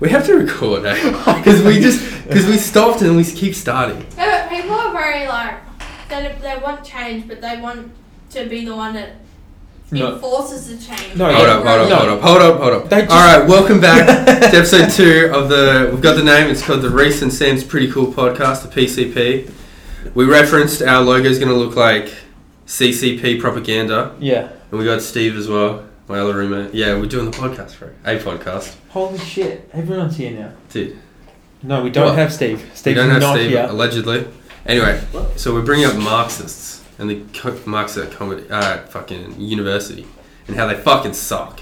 We have to record eh? because we just because we stopped and we keep starting. No, but people are very like they, they want change, but they want to be the one that No. enforces the change. No, Oh, Hold yeah. up, hold up, No. hold up, hold up, hold up. They just- All right, welcome back to episode two of the. We've got the name. It's called the Reese and Sam's Pretty Cool Podcast, the PCP. We referenced our logo is going to look like CCP propaganda, Yeah. and we got Steve as well, my other roommate. Yeah, we're doing the podcast for a podcast, Holy shit! Everyone's here now. dude. No, we don't What? have Steve. we Steve's don't have not Steve here. allegedly. Anyway, so we're bringing up Marxists and the co- Marxist comedy, uh, fucking university, and how they fucking suck.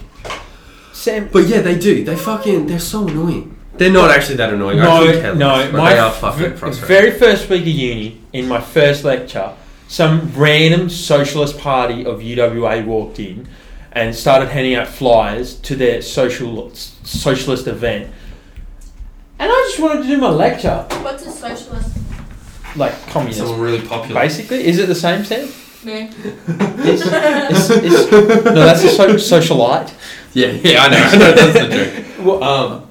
Sam. But yeah, they do. They fucking. They're so annoying. They're not actually that annoying. I No, couldn't care less, no. but My they are fucking v- frustrating. very first week of uni, in my first lecture, some random socialist party of UWA walked in and started handing out flyers to their social s- socialist event. And I just wanted to do my lecture, What's a socialist? like communism. Someone really popular. Basically, is it the same thing? No. It's, it's, it's, no, that's a so- socialite. Yeah, yeah, I know. I know that's the joke. Well- Um,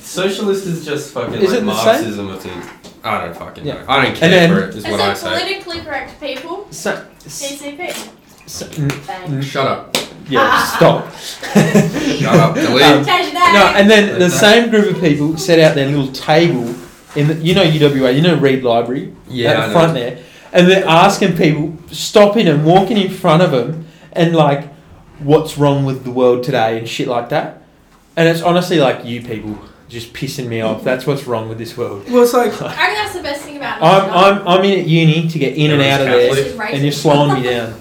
socialist is just fucking Is like it the same? Marxism. I think. I don't fucking Yeah. know. I don't care And then- for it. Is Is what I it say. politically correct people? So, s- CCP. s- n- Bang. Shut up. yeah, stop. Shut up. Delete. Um, No, Change that. and then the Like that. same group of people set out their little table in the, you know UWA, you know Reed Library Yeah, I at know. the front there, and they're asking people stopping and walking in front of them and like, what's wrong with the world today and shit like that, and it's honestly like you people just pissing me off. That's what's wrong with this world. Well, it's like I think that's the best thing about I'm I'm I'm in at uni to get in and out of Everyone's there, Catholic. and you're slowing me down.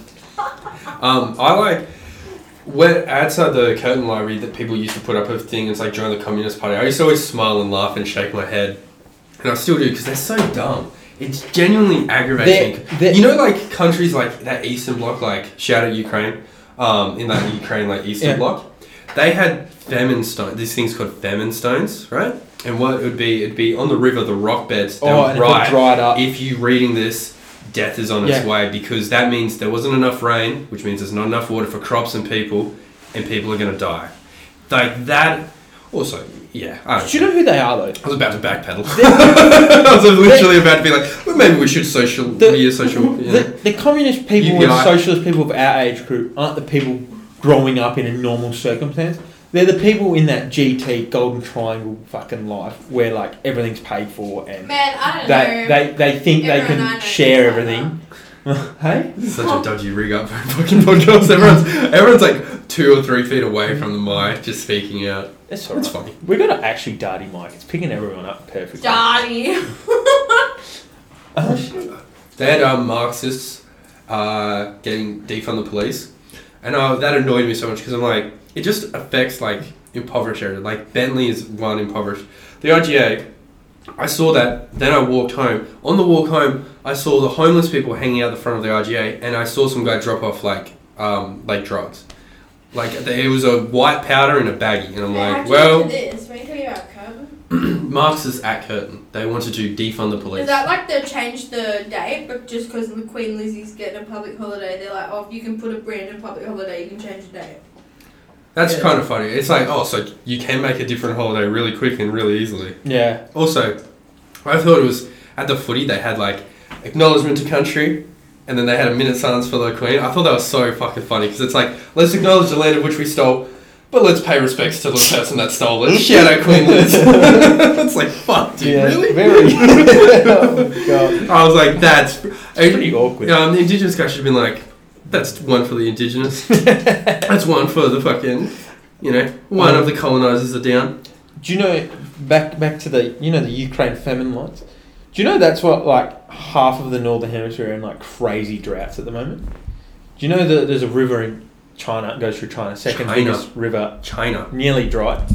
Um, I like when outside the curtain library that people used to put up a thing. It's like during the Communist Party. I used to always smile and laugh and shake my head, and I still do because they're so dumb. It's genuinely aggravating. They're- they're- you know, like countries like that Eastern Bloc, like shout out Ukraine, um, in that Ukraine like Eastern Yeah. Bloc, they had famine stone. These things called famine stones, right? And what it would be, it'd be on the river, the rock beds. they Oh, would and it got write, dried up. If you reading this, death is on its Yeah. way because that means there wasn't enough rain, which means there's not enough water for crops and people, and people are going to die. Like that. Also, yeah, I, don't Do you know who they are though? I was about to backpedal. I was literally about to be like, well, maybe we should social, The- be a social. You The, know. the communist people UBI. and socialist people of our age group aren't the people growing up in a normal circumstance. They're the people in that GT golden triangle fucking life where like everything's paid for and Man, I don't they, know. they, they think they Everyone I know can share is like everything. hey? This is such a dodgy rig up for a fucking podcast. Everyone's, everyone's like two or three feet away from the mic, just speaking out. It's It's alright. funny. We got an actually dirty mic. It's picking everyone up perfectly. Daddy. Oh, shit. They had um, Marxists uh, getting defund the police, and uh, that annoyed me so much because I'm like, it just affects like impoverished areas. Like Bentley is one impoverished. The IGA, I saw that. Then I walked home. On the walk home, I saw the homeless people hanging out the front of the IGA, and I saw some guy drop off like um, like drugs. Like there was a white powder in a baggie, and I'm like, well, This? When you talking about curb? Marxists at Curtin. They wanted to defund the police. Is that like they changed the date, but just because Queen Lizzie's getting a public holiday, they're like, oh, if you can put a random public holiday, you can change the date. That's Yeah. kind of funny. It's like, oh, so you can make a different holiday really quick and really easily. Yeah. Also, I thought it was at the footy they had like acknowledgement to country, and then they had a minute silence for the Queen. I thought that was so fucking funny because it's like let's acknowledge the land of which we stole, but let's pay respects to the person that stole it. Shout out Queen Liz. it's like fuck, dude, yeah. really? Very. oh, my God. I was like, that's It's pretty awkward. um, the indigenous guy should have been like, that's one for the indigenous. that's one for the fucking, you know, one of the colonizers are down. Do you know back back to the you know the Ukraine famine lights? Do you know that's what like half of the northern hemisphere are in like crazy droughts at the moment? Do you know that there's a river in China it goes through China, second China. biggest river, China. nearly dry,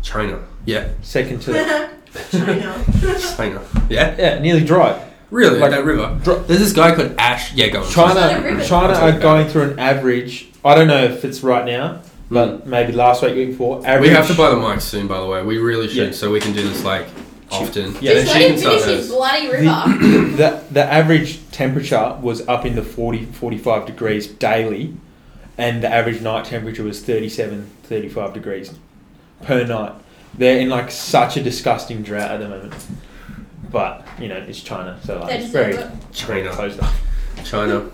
China. Yeah. second to the, China. China. Yeah. yeah, nearly dry. Really? Like- that river. Dro- There's this guy called Ash. Yeah, go on. not a China river. China That's not are bad. going through an average. I don't know if it's right now, but maybe last week, week before. We Average. have to buy the mics soon, by the way. We really should, Yeah. so we can do this like often. Yeah, then Just let him finish his bloody river. the, the average temperature was up in the 40 45 degrees daily and the average night temperature was 37 35 degrees per night They're in like such a disgusting drought at the moment. But you know, it's China, so like They it's just very never- China. closed off. China.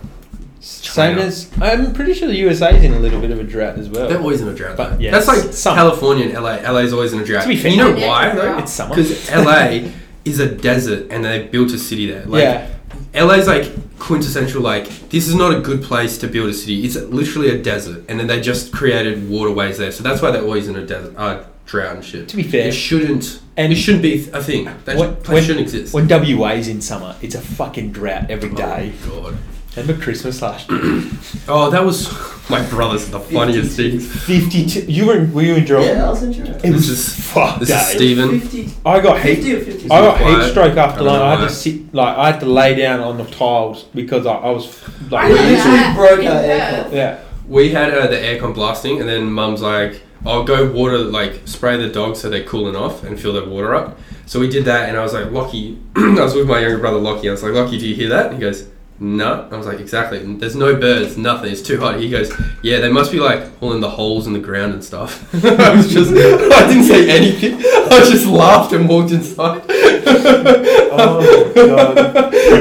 Same as I'm pretty sure the USA's in a little bit of a drought as well. They're always in a drought. But, But yeah, yeah, that's like some. California and LA. LA's always in a drought. To be fair, you know Yeah, why it's a though? drought. it's summer. Because LA is a desert, and they built a city there. Like, yeah, LA's like quintessential like this is not a good place to build a city. It's literally a desert, and then they just created waterways there, so that's why they're always in a desert uh, drought and shit. To be fair- it shouldn't And- and it shouldn't be a thing. That sh- When- place when- shouldn't exist. when WA's in summer, it's a fucking drought every Oh, day. God. Remember Christmas last year? Oh, that was my brother's the funniest thing. Fifty-two. You were in, were you in drill? Yeah, I was in Germany. It was This is fuck this day. is Stephen. 50, I got heat. 50 or 50. I got heat Quiet. stroke after I don't lunch. I know had why. to sit like I had to lay down on the tiles because I, I was I like literally Yeah. broke our Yeah. aircon. yeah. We had uh, the aircon blasting, and then Mum's like, "I'll go water like spray the dogs so they're cooling off and fill their water up." So we did that, and I was like, "Lockie," I was with my younger brother Lockie. I was like, "Lockie, do you hear that?" And he goes, "No." I was like, "Exactly. There's no birds, nothing. It's too hot." He goes, "Yeah, they must be like pulling the holes in the ground and stuff." I was just, I didn't say anything. I just laughed and walked inside. Oh god.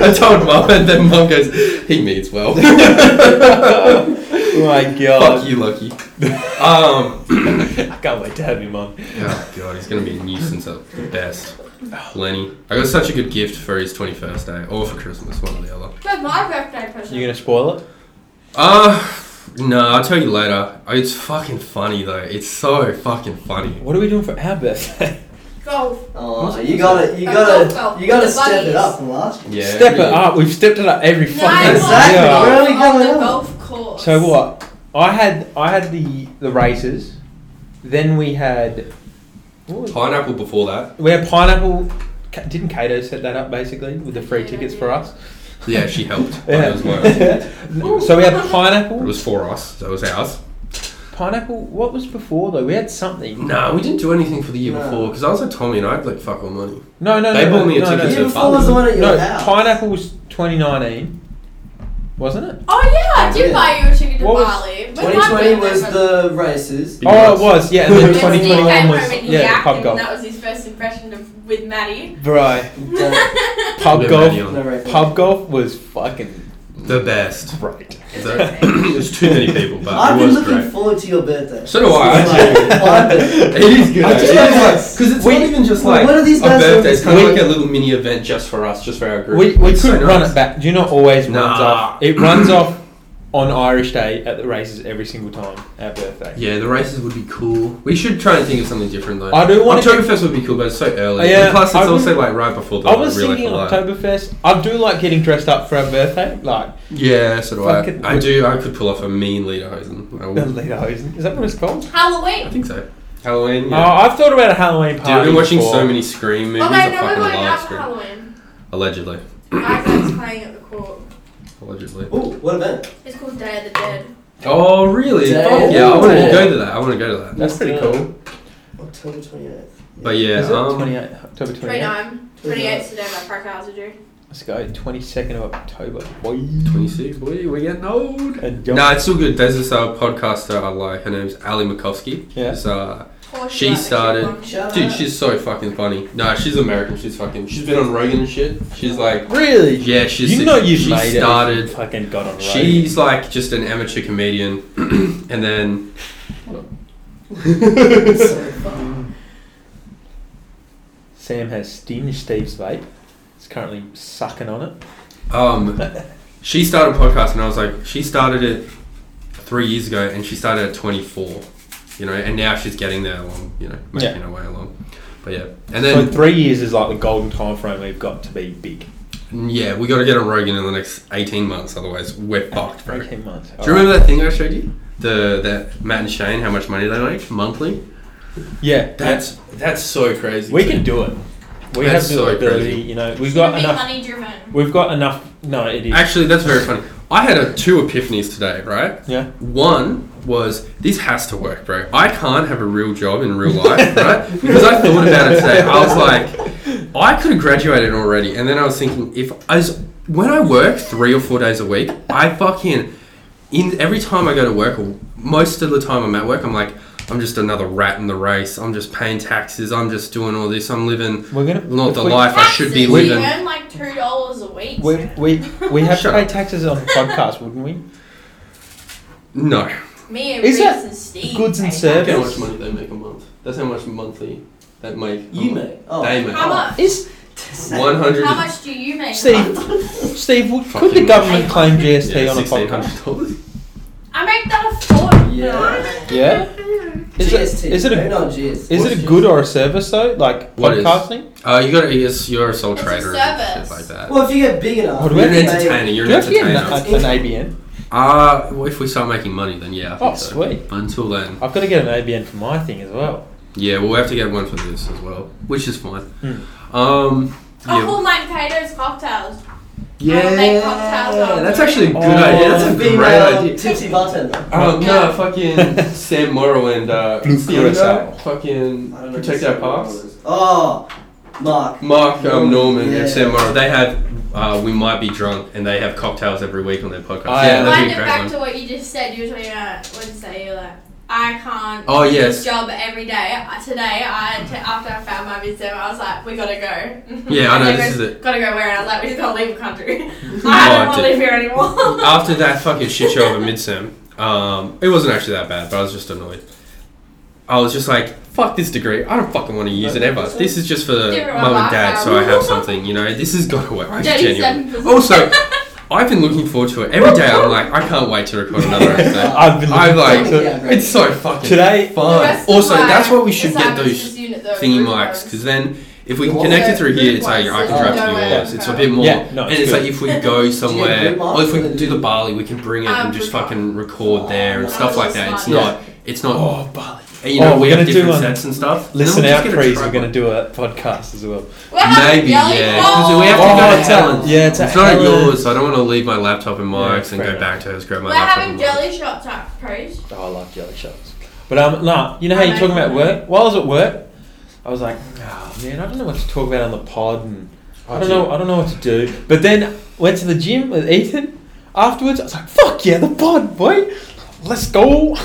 I told Mum, and then Mum goes, "He means well." Oh my Fuck god. you, Lockie. Um. I can't wait to have him on. Oh god, he's gonna be a nuisance at the best. Lenny. I got such a good gift for his 21st day, or for Christmas, one or the other. But my birthday present. You gonna spoil it? Uh, no, I'll tell you later. It's fucking funny though. It's so fucking funny. What are we doing for our birthday? golf. Oh, you gotta, you gotta, you gotta step it up from last year. Yeah. Step it yeah. up. We've stepped it up every Nine fucking holes Exactly. year. Where are we on the going? golf course. So what? I had I had the the races. Then we had. What was Pineapple before that. We had pineapple. Ca- Didn't Kato set that up basically with the free Yeah, tickets yeah. for us? Yeah, she helped. Yeah. Yeah. It was, mine. so we had it pineapple. was for us, so it was ours. Pineapple. What was before though? We had something. No, we didn't do anything for the year No. before because I was at Tommy and I had like fuck all money. No, no, They no. bought me a no, The ticket year to no, before was the one at your no. house. pineapple was 2019, wasn't it? Oh yeah, I did Yeah. buy you a ticket to What was- Bali. But my 2020 birthday was present- the races. It oh, was. it was. Yeah, and then It was When Steve 2021 came was home and he yeah acted, pub and golf. That was his first impression of with Maddie. Right, Don't- pub Yeah, golf. Maddie. no record. Pub golf was fucking The best. great. The- it was too many people, but I've it been was looking great. forward to your birthday. So do I. Like, I've been- It is good. I just Yeah, like- it's like- 'cause it's we- not even just well, like what are these a guys birthday. It's doing? kind of like a little mini event just for us, just for our group. We, we It's could so run nice. it back. Do you not always runs Nah. off? It runs off on Irish Day at the races every single time. Our birthday. Yeah, the races would be cool. We should try and think of something different though. I do wanna Oktoberfest would be cool, but it's so early. Oh, yeah, And plus, it's I would- also like right before the I was real thinking Life Alive. Oktoberfest. I do like getting dressed up for our birthday. Like Yeah, so do I. Fucking- I do. I could pull off a mean Lederhosen. I, the would. lederhosen. Is that what it's called? I Halloween. think so. Halloween. Oh, Yeah. I've thought about a Halloween Dude, I've party. been watching before. so many Scream movies. Oh I no, no, we're fucking going love out for Scream. Halloween. Allegedly. Isaac's playing at the court. Allegedly. Ooh, what event? It's called Day of the Dead. Oh, really? Damn. Fuck yeah, I want to Damn. go to that. I want to go to that. That's pretty cool. October 28th. But yeah, Is it um, 28, October 28th? 29. 28th today, my park hours are due. Let's go. 22nd of October. Boy. 26, boy, we're getting old. And No, it's all good. There's this uh, podcaster I like. Her name's Ali Makovsky. Yeah. She's, uh, Poor She Shabbat, the started- cute one. Shout dude, out. she's so fucking funny. No, she's American. She's fucking. She's been on Rogan and shit. She's like, Really? yeah, she's. you know you've she made it. if started. you Fucking got on. She's. She's like just an amateur comedian, and then. So fun. Sam has stinged Steve's vape. It's currently sucking on it. Um, she started a podcast, and I was like, she started it three years ago, and she started at 24, you know, and now she's getting there along, you know, making her way along. But yeah, and then so three years is like the golden time frame we've got to be big. Yeah, we got to get on Rogan in the next eighteen months, otherwise we're fucked, bro. Do Eighteen months. you remember that thing I showed you? The that Matt and Shane, how much money they make monthly? Yeah, That's that's so crazy. we can do it. We That's have the so ability. crazy. You know, we've She's got gonna be enough. money driven. We've got enough. No, it is. Actually, that's very funny. I had a, two epiphanies today, right? yeah. One was this has to work, bro. I can't have a real job in real life, right? Because I thought about it today. I was like, I could have graduated already. And then I was thinking, if I was, when I work three or four days a week, I fucking in every time I go to work, or most of the time I'm at work, I'm like, I'm just another rat in the race. I'm just paying taxes. I'm just doing all this. I'm living We're gonna not if the we- life I should be Taxes, you living. earn like two dollars a week. We we we have to Shut pay taxes on the podcast, wouldn't we? No. Me and Is Reese that and Steve. goods and pay Look how service? much money they make a month. That's how much monthly that make. You make. Oh. They make. How much? Is One hundred. How much do you make? a Steve month? Steve w- could the Fucking- government claim GST Yeah, on a sixteen podcast? hundred dollars. I make that a four. Yeah. Yeah. Uh, Is GST. it is it a They're not GST. is it a good or a service though? Like What is? podcasting? Uh, you got to yes, you're a sole It's a trader and service. shit like that. Well, if you get big enough, What do you're we you an have can to entertainer. You're Do an you have to get an, entertainer. entertainer. an ABN? Uh, well, if we start making money, then yeah. I think Oh, so. sweet. Until then, I've got to get an ABN for my thing as well. yeah, we'll have to get one for this as well, which is fine. Hmm. Um, I yeah, call mine Cato's cocktails. I'll yeah, Oh, make cocktails out of that's it. actually a good Oh, idea. That's a that's great idea. Tipsy bartender. Um, no, fucking Sam Morrow and uh, Blue Theo, Curacao. fucking I don't know protect who our Sam parks. Morrow is. Oh, Mark. Mark um, Norman Yeah. and Sam Morrow, they have. Uh, we might be drunk, and they have cocktails every week on their podcast. Oh, yeah. yeah, that'd Wind be it a great back one. to what you just said. You were talking about Wednesday. You're like, I can't. Oh, do yes. This job every day. Uh, Today, I t- after I found my business, I was like, we gotta go. Yeah, I know, Gotta this go- is it. Gotta go where? And I was like, we just gotta leave the country. Oh, I I don't want to did. live here anymore. after that fucking shit show of a midsem, um, it wasn't actually that bad, but I was just annoyed. I was just like, fuck this degree. I don't fucking want to use it ever. This is just for Different mum and dad, so I lifestyle. have something. You know, this has got to work. It's genuine. 37%. Also, I've been looking forward to it every day. I'm like, I can't wait to record another episode. I've been I'm like, forward to it. it's so fucking Today- The fun. rest of Also, my that's why we should assignments get those is unit though, thingy group mics ones. because then if we can Well, connect yeah, it through here, group it's like I ones, can so drive no to way. yours. It's a bit more, Yeah, no, and it's it's good. like if we go somewhere, group or if we ones? do the Bali, we can bring it Um, and just group fucking record there and Oh, stuff like that. It's that's smart. not, it's not. Oh, Bali. You know, Oh, we we're have gonna do different one. sets and stuff. and then Listen we'll just out, get a please. tripod. We're going to do a podcast as well. We're having Maybe, yelling yeah. 'cause we have to Oh, go to yeah. Talent. Yeah, it's, a It's not hell of- yours, so I don't want to leave my laptop and Yeah, Mike's and fair go enough. back to his grab my We're laptop. having and Mike's. jelly shots at Crows. Oh, I like jelly shots. But um, nah, you know how I you're know, talking about I know. work. While I was at work, I was like, oh, man, I don't know what to talk about on the pod, and I don't know, I don't know what to do. But then went to the gym with Ethan. Afterwards, I was like, fuck yeah, the pod, boy, let's go.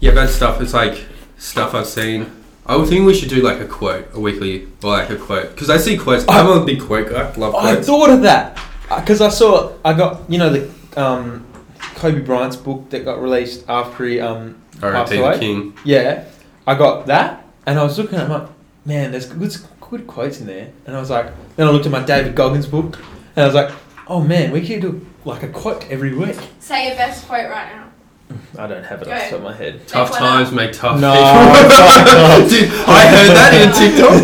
Yeah, bad stuff. It's like stuff I've seen. I would think we should do like a quote, a weekly, or like a quote, because I see quotes. I'm a big quote guy. Love I quotes. thought of that because I saw I got you know the um, Kobe Bryant's book that got released after he um, passed R.I.P. away. the King. Yeah, I got that, and I was looking at my man. There's good, good quotes in there, and I was like, then I looked at my David Goggins book, and I was like, oh man, we could do like a quote every week. Say your best quote right now. I don't have it off the top of my head. Tough one times up. make tough No, people. no, Dude, I heard that in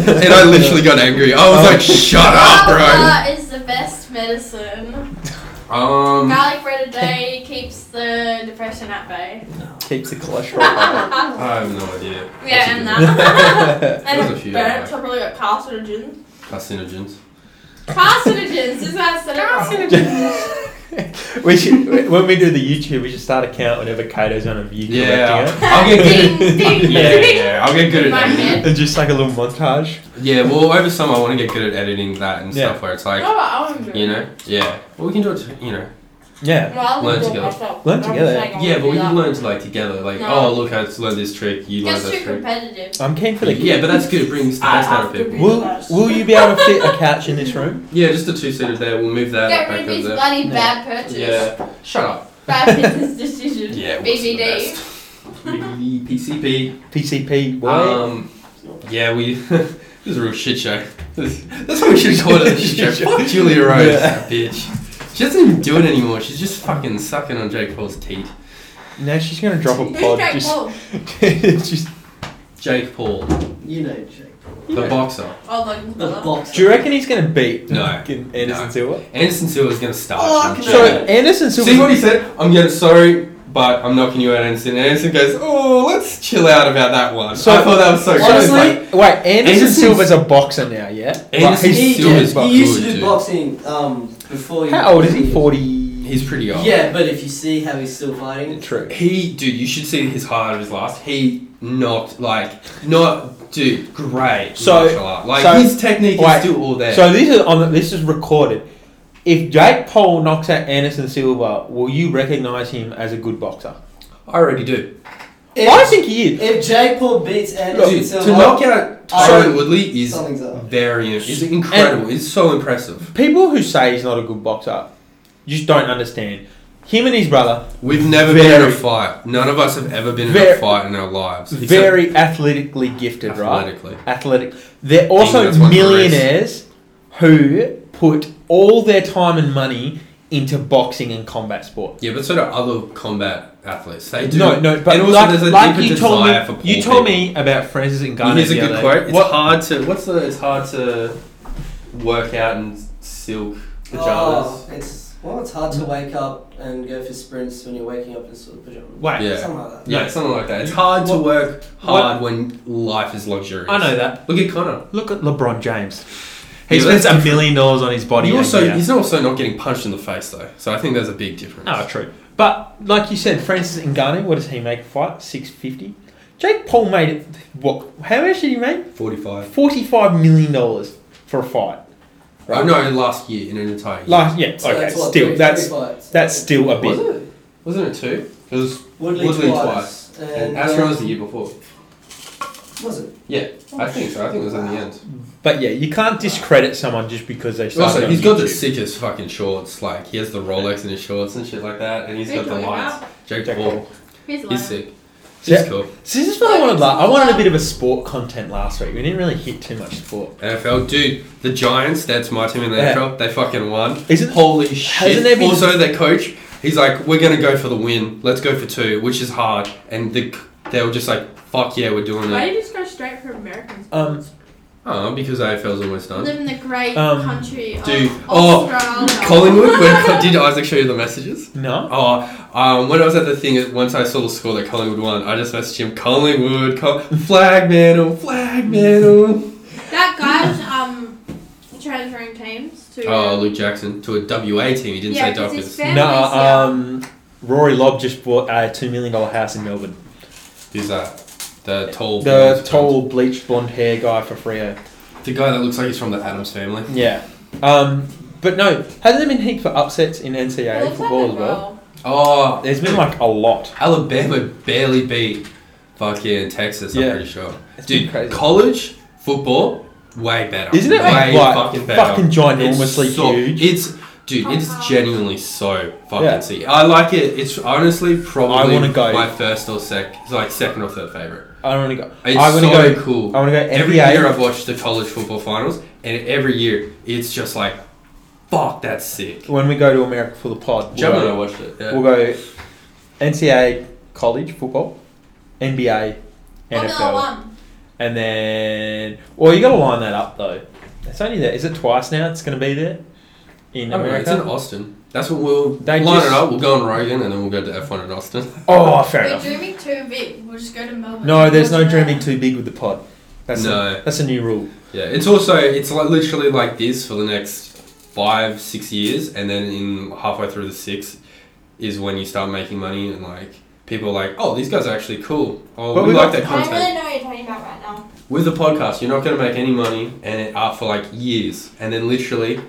TikTok, and I literally got angry. I was like, "Shut up, bro." Lava is the best medicine. Um, Garlic bread a day keeps the depression at bay. Keeps the cholesterol. I high. have no idea. Yeah, and That's a that. There's and a few, like- burnt, I probably got carcinogens. good- Carcinogens. Carcinogens, isn't that synonymous? we should when we do the YouTube, we should start a count whenever Kato's on a YouTube Yeah, acting I'll get good. ding, ding, At, yeah, ding. yeah, I'll get good My at head. editing. it. and just like a little montage. Yeah, well, over summer I want to get good at editing that and stuff where it's like, No, I want to do you it. know, yeah. Well, we can do it. You know. Yeah, No, I'll Learn do it together. myself. Learn I'm just together. saying I Yeah, wanna but do we that. learned like together, like, No. oh look, I learned this trick, you learned Gets that too trick. competitive. I'm keen for the Yeah, but that's good. It brings the I best out of have to people. be- Will Will you be able to fit a couch in this room? Yeah, just a two seater there. We'll move that Get back rid of these over there. bloody Yeah. bad purchase. Yeah. Shut up. Bad business decision. Yeah. BBD. BBD. PCP. PCP. Boy. Um. Yeah, we. this is a real shit show. This- That's what we should call it. a shit show. Fuck Julia Rose, Yeah. that bitch. She doesn't even do it anymore. She's just fucking sucking on Jake Paul's teeth. Now she's gonna drop a Who's pod. Jake Just, Paul? just, Jake Paul, You know Jake. the boxer. Oh, Logan The Paul. boxer. do you reckon he's gonna beat No. fucking Anderson No. Silva? Anderson Silva's gonna Oh, start. I can- So Anderson Silva. See what he said? I'm getting sorry, but I'm knocking you out, Anderson. And Anderson goes, oh, let's chill out about that one. So So- I thought that was so good. It's Honestly, like, Wait, Anderson Anderson's- Silva's a boxer now, yeah. Anderson Like, He, He's he's still yeah, is he used to good, do dude. boxing um, before he. how old is he? Forty. He's pretty old. Yeah, but if you see how he's still fighting, True. He, dude, you should see his highlight of his last. He knocked, like, not, dude, great. So- martial art. like, so- his technique wait, is still all there. So this is on. The, this is recorded. If Jake Paul knocks out Anderson Silva, will you recognise him as a good boxer? I already do. If, I think he is. if Jake Paul beats Anderson To, Silva, to knock out I- Tyron Woodley is something's up. very it's incredible. it's so impressive. People who say he's not a good boxer just don't understand. Him and his brother, We've never been in a Very- fight. None of us have ever been in Very- a fight in our lives. except very athletically gifted, right? athletically. athletic. They're Being also that's one of the millionaires who put all their time and money into boxing and combat sport. Yeah, but so do other combat athletes. They do. No, no, but and also like, there's a like deeper you told desire me, for poor you told people. me about Francis and Ghana. Here's a the good other quote. day. It's What- hard to. What's the? It's hard to work out in silk Oh, pajamas. it's well, it's hard to wake up and go for sprints when you're waking up in sort of pajamas. Wait, Yeah. Something like that. Yeah, No. something like that. It's hard to What- work hard when life is luxurious. I know that. Look at Connor. Look at LeBron James. He Yeah, spends that's a million dollars on his body. He a also, year. he's also not getting punched in the face though, so I think there's a big difference. Oh, true. But like you said, Francis Ngannou, what does he make a fight? Six fifty. Jake Paul made it. What? How much did he make? Forty-five. Forty-five million dollars for a fight. Oh no, last year in an entire year. Like yeah, So okay, that's what, still three- that's three fights. that's still a was bit. it? Wasn't it two? It was. Woodley, Woodley twice. And And, Astro was the um, year before. Was it? Yeah, I think so. I think it was in the end. But yeah, you can't discredit someone just because they started. Also, on he's got the YouTube. sickest fucking shorts. Like he has the Rolex in his shorts and shit like that, and he's Who got the you talking lights. Jake Jack Paul, Here's he's Lionel. sick. Yeah. He's cool. See, this is what I wanted. Like, I wanted a bit of a sport content last week. We didn't really hit too much sport. NFL, dude, the Giants. That's my team in the Yeah. NFL. They fucking won. Isn't Holy shit! hasn't there been- also, their coach, he's like, we're gonna go for the win. Let's go for two, which is hard. And the, they were just like, fuck yeah, we're doing Why it. do you just go straight for Americans? Um, Oh, because AFL's almost done. live in the great Um, country of dude, oh, Australia. Collingwood. When, did Isaac show you the messages? no. Oh, um, when I was at the thing, once I saw the score that Collingwood won, I just messaged him, Collingwood, Col- flag mantle, flag mantle. that guy's um transferring teams to. Oh, Luke Jackson to a WA team. He didn't Yeah, say 'cause his Dockers. fam- No. Families, yeah. Um, Rory Lobb just bought a two million dollar house in Melbourne. Who's that? The tall, The tall, bleached blonde hair guy for Frio. the guy that looks like he's from the Adams family. Yeah. Um, but no, hasn't there been heaps of upsets in NCAA Well, it's football like as a well? role. Oh, There's been like a lot. Alabama barely beat fucking Texas. I'm Yeah. pretty sure. It's been Dude, crazy. college football way better. Isn't it way like fucking better? fucking ginormously it's so, huge? It's dude, it's genuinely so fucking Yeah. sick. I like it. It's honestly probably wanna go. my first or sec, it's like second or third favorite. I want to go. It's I want to so go. cool. I want to go Every NBA. year I've watched the college football finals, and every year it's just like, fuck, that's sick. when we go to America for the pod, we'll Jumbo and I go, watched it. Yeah. we'll go NCAA college football, NBA, Formula NFL, One. and then well, you got to line that up though. It's only there. Is it twice now? It's going to be there in I don't know, it's in America. Austin. That's what we'll They line just- it up. We'll go on Rogan, and then we'll go to F1 in Austin. Oh, fair We're enough. dreaming too big. We'll just go to Melbourne. No, there's no Watch that. dreaming too big with the pod. That's No. A, that's a new rule. Yeah, it's also it's like literally like this for the next five six years, and then in halfway through the six is when you start making money and like people are like, oh, these guys are actually cool. Oh, But we, we like got- their I content. don't really know what you're talking about right now. With the podcast, you're not going to make any money, and it, uh, for like years, and then literally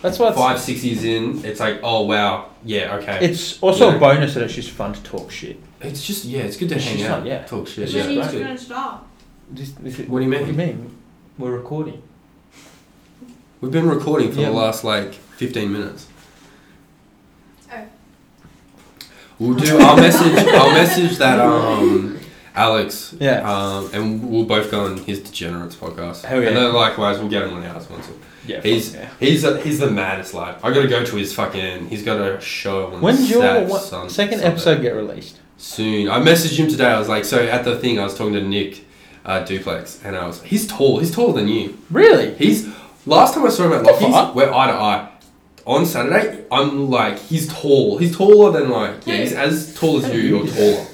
That's why it's, five six years in, it's like, oh wow, yeah, okay. it's also Yeah. a bonus that it's just fun to talk shit. it's just yeah, it's good to It's hang just out, like, yeah. talk shit. It's Yeah, when are you it's that's just good. gonna stop? This- this is- What do you mean? What do you mean? We're recording. We've been recording for Yeah. the last like fifteen minutes. Oh. We'll do. I'll message. I'll message that um Alex. Yeah. Um, and we'll both go on his degenerates podcast. Hell yeah. And then likewise, we'll get him on ours once. Yeah. He's fuck yeah. he's a, he's the maddest lad. I gotta go to his fucking. He's got a show on. When's your Sat- one- Sun- second Sunday. episode get released? Soon. I messaged him today. I was like, so at the thing, I was talking to Nick, uh, Duplex, and I was. He's tall. He's taller than you. Really? He's last time I saw him at The Lockheed's, fuck? we're eye to eye. On Saturday, I'm like, he's tall. He's taller than like, yeah, he's as tall as you or taller.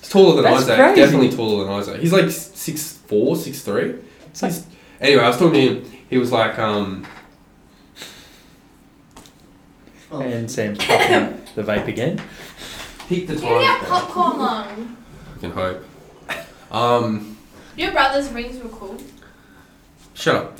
He's taller than That's Isaac. crazy. Definitely taller than Isaac. He's like six four, six three. It's like- He's- anyway, I was talking to him. He was like, um, Oh. And Sam's popping the vape again. peak the You got time. popcorn lung. I can hope. Um, Your brother's rings were cool. shut up.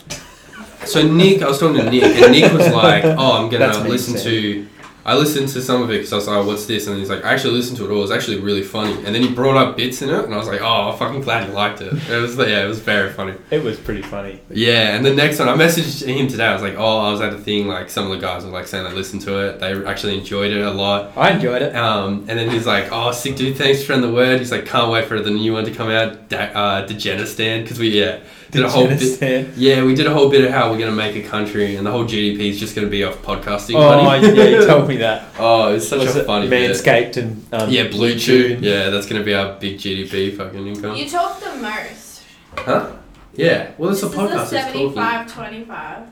So Nick, I was talking to Nick, and Nick was like, oh, I'm gonna That's me, listen Sam. to. I listened to some of it because I was like, oh, what's this? And he's like, I actually listened to it all. It was actually really funny. And then he brought up bits in it, and I was like, oh, I'm fucking glad he liked it. It was, yeah, it was very funny. It was pretty funny. Yeah, and the next one, I messaged him today. I was like, oh, I was at a thing, like, some of the guys were, like, saying they listened to it. They actually enjoyed it a lot. I enjoyed it. Um, and then he's like, oh, sick dude, thanks for the word. He's like, can't wait for the new one to come out, da- uh, Degenistan, because we, yeah, did a whole bit. Degenistan. Yeah, we did a whole bit of how we're going to make a country, and the whole GDP is just going to be off podcasting Oh, money. yeah, you told me that. Oh, it's such Was a it funny bit. Manscaped and um, Yeah, Blue Chew. Yeah, that's going to be our big GDP fucking income. You talk the most. Huh? Yeah. Well, it's this a podcast. Is a it's talking. 75 25.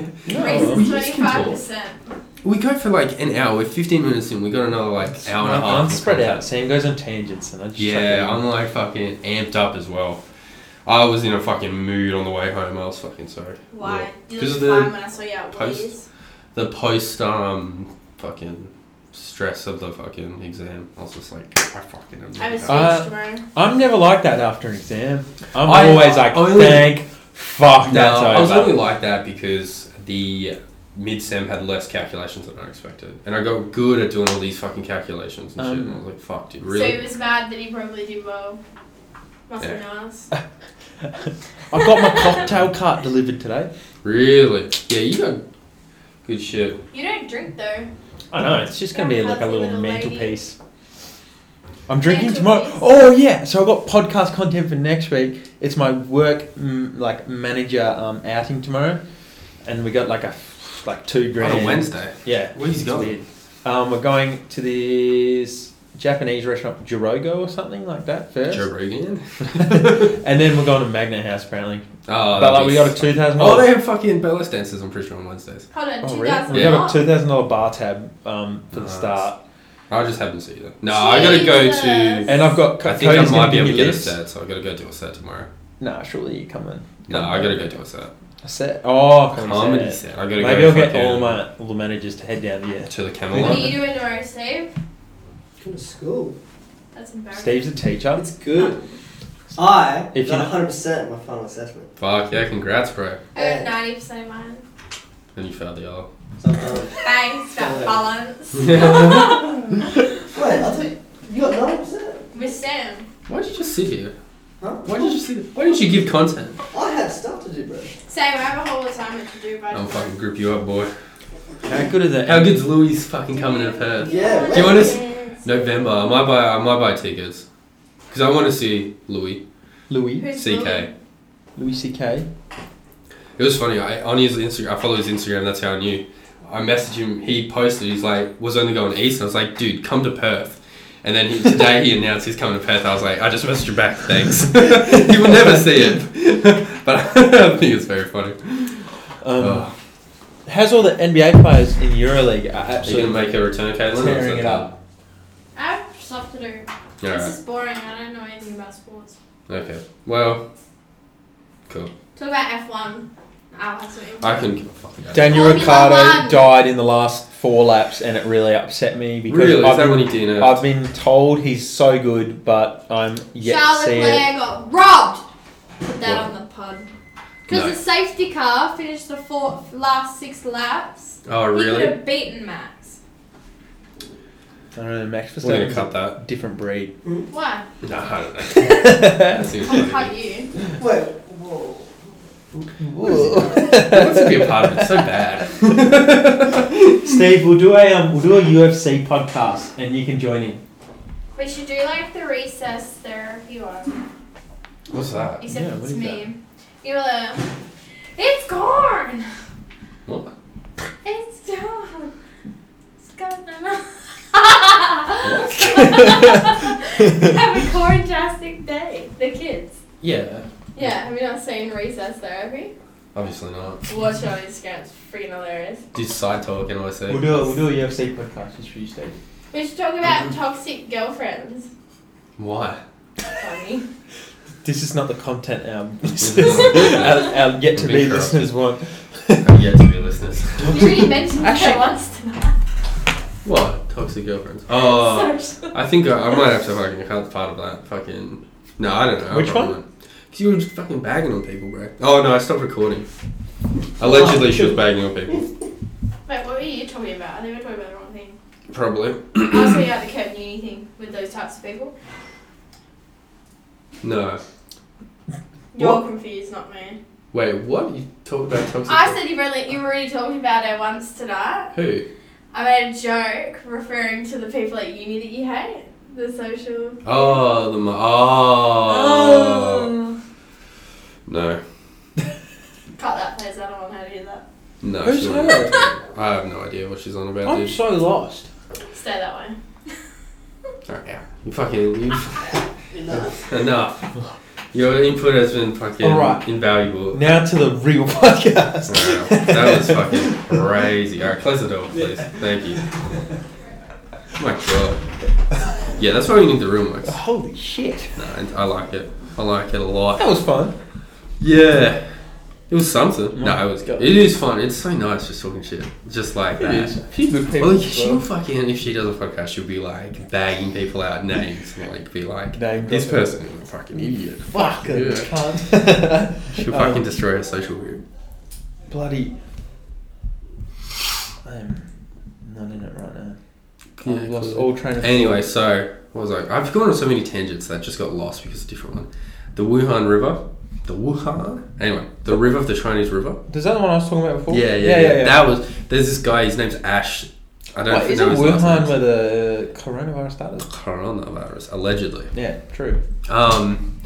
No, we Race is just can talk. 25%. We go for like an hour. We're 15 minutes in. We got another like hour and a half. I'm spread out. Sam goes on tangents, and I just Yeah, I'm like fucking amped up as well. I was in a fucking mood on the way home. I was fucking sorry. Why? You Because look of fine the when I saw you out post- ways. the post um fucking stress of the fucking exam. I was just like, I fucking am. I have a speech really Uh, tomorrow. I'm never like that after an exam. I'm I- always like, only- thank fuck, No, that's over. I was only like that because the mid sem had less calculations than I expected, and I got good at doing all these fucking calculations and shit. Um, And I was like, fuck, dude, So he really? was mad that he probably did well. Must Yeah. be nice. I got my cocktail cart delivered today. really? Yeah, you got good shit. You don't drink though. I know it's just gonna be like a little Little lady. mantelpiece. I'm drinking tomorrow. Mantelpiece. Oh yeah, so I got podcast content for next week. It's my work mm, like manager um, outing tomorrow, and we got like a like two grand. On a Wednesday. Yeah, Where's he it's going? weird. Um, we're going to this Japanese restaurant, Jirogo or something like that first, Joe Rogan. and then we're going to Magnet House apparently. Oh, but that'd like be we got a sick. two thousand. Oh, they have fucking burlesque dances. I'm pretty sure on Wednesdays. Hold on, Oh, two really? thousand. We Yeah. have a two thousand dollar bar tab um, for the Nice. start, I just haven't seen them. No, I gotta go Jesus. to. and I've got. I think I Cody's might gonna be give able me to get a lists. set, so I gotta go do a set tomorrow. Nah, surely you come in. No, I gotta go do a set. A set. Oh, comedy, Comedy set. set. I gotta Maybe go. I'll get fucking all my all the managers to head down here. to the What Camelot. are you doing tomorrow, Steve? Come to school. That's embarrassing. Steve's a teacher. It's good. I If got you- 100% my final assessment. Fuck yeah! Congrats, bro. I got Oh, ninety percent of mine. And you failed the other. Sometimes. Thanks, got Yeah. balance. Wait, I thought you, you got 90%? With Sam. Why did you just sit here? Huh? Why did you sit? Why didn't you give content? I had stuff to do, bro. Sam, I have a whole assignment to do by I'll fucking grip you up, boy. How good is that? How good's Louis fucking coming to Perth? Yeah. Do you want November. I might buy. I might buy tickets because I want to see Louis Louis Who's CK. Louis? Louis C.K. It was funny. I on his Instagram, I follow his Instagram. That's how I knew. I messaged him. He posted. He's like, was only going east. And I was like, dude, come to Perth. And then he, today he announced he's coming to Perth. I was like, I just messaged him back. Thanks. you will never see it, but I think it's very funny. Um, Oh, How's all the NBA players in Euroleague? Are are you absolutely gonna make a return, Caitlin? or is tearing that- it up. I have stuff to do. Yeah, This Alright. is boring. I don't know anything about sports. Okay. Well, Talk about Ah, F1. I'll have something. I couldn't give a fuck about it. Daniel Formula Ricciardo One. died in the last four laps, and it really upset me because Really? Is I've, that when been, he did it? I've been told he's so good, but I'm yet to Charlotte see it. Flair got robbed. Put that What? on the pod. Because No. the safety car finished the four, last six laps. Oh, He could really? have beaten Max. I don't know. Max We're gonna Verstappen's cut that. a different breed. Why? No, I don't know. That Whoa. seems I'll funny. cut you. Wait, whoa. He wants to be a part of it so bad. Steve, we'll do a um, we'll do a UFC podcast, and you can join in. We should do like the recess therapy one. What's that? Except Yeah, what it's is me. You were like, it's gone. What? It's gone. It's gone. Have a corntastic day. The kids. Yeah. Yeah, have you not seen recess therapy? Obviously not. Watch it on Instagram. It's freaking hilarious. Do side talk and I say. We'll do a, we'll do a UFC podcast just for you, Steve. We should talk about Mm-hmm. toxic girlfriends. Why? Funny. This is not the content our listeners, listeners- our, our- yet to be Be corrupted. listeners want. I'm yet to be listeners. You really mentioned Actually- that once tonight. What? Toxic girlfriends. uh, Oh. Sorry. I think I, I might have to fucking cut part of that. Fucking. No, I don't know. Which one? Because you were just fucking bagging on people, bro. Oh no, I stopped recording. Oh. Allegedly, she was bagging on people. Wait, what were you talking about? I think we were talking about the wrong thing. Probably. I'll see out the Cam Uni thing with those types of people. No. You're What? confused, not me. Wait, what? You talked about toxic. I said you really, you already talked about it once tonight. Who? I made a joke referring to the people at uni that you hate. The social. Oh, the. Mo- Um. oh. No. Cut that, please. I don't want her to hear that. No. Who's she her? wouldn't. I have no idea what she's on about, I'm dude. so lost. Stay that way. Alright, yeah. You fucking. You Enough. Your input has been fucking Alright. invaluable. Now to the real podcast. Wow, that was fucking crazy. Alright, close the door, please. Thank you. Oh My god. Yeah, that's why we need the room lights. Holy shit. No, I- I like it. I like it a lot. That was fun. Yeah. It was something. Mm-hmm. No, it was God. good. It is fun. It's so nice just talking shit. Just like It that. is. She's good people. Well, as she'll well. fucking, if she does a podcast, she'll be like bagging people out names and like be like, Name this dropping. person is a fucking idiot. Fuck Yeah. it, cunt. She'll Um, fucking destroy her social group. Bloody. I'm not in it right now. I've Yeah, lost cool. all train of Anyway, so what was I? I've gone on so many tangents that just got lost because of a different one. The Wuhan River. The Wuhan. Anyway, the river of the Chinese River. thought. Is that the one I was talking about before? Yeah, yeah, yeah. That was. There's this guy. His name's Ash. I don't Wait, think isn't know his last Wuhan name. where the coronavirus started? coronavirus allegedly. Yeah, true. Um,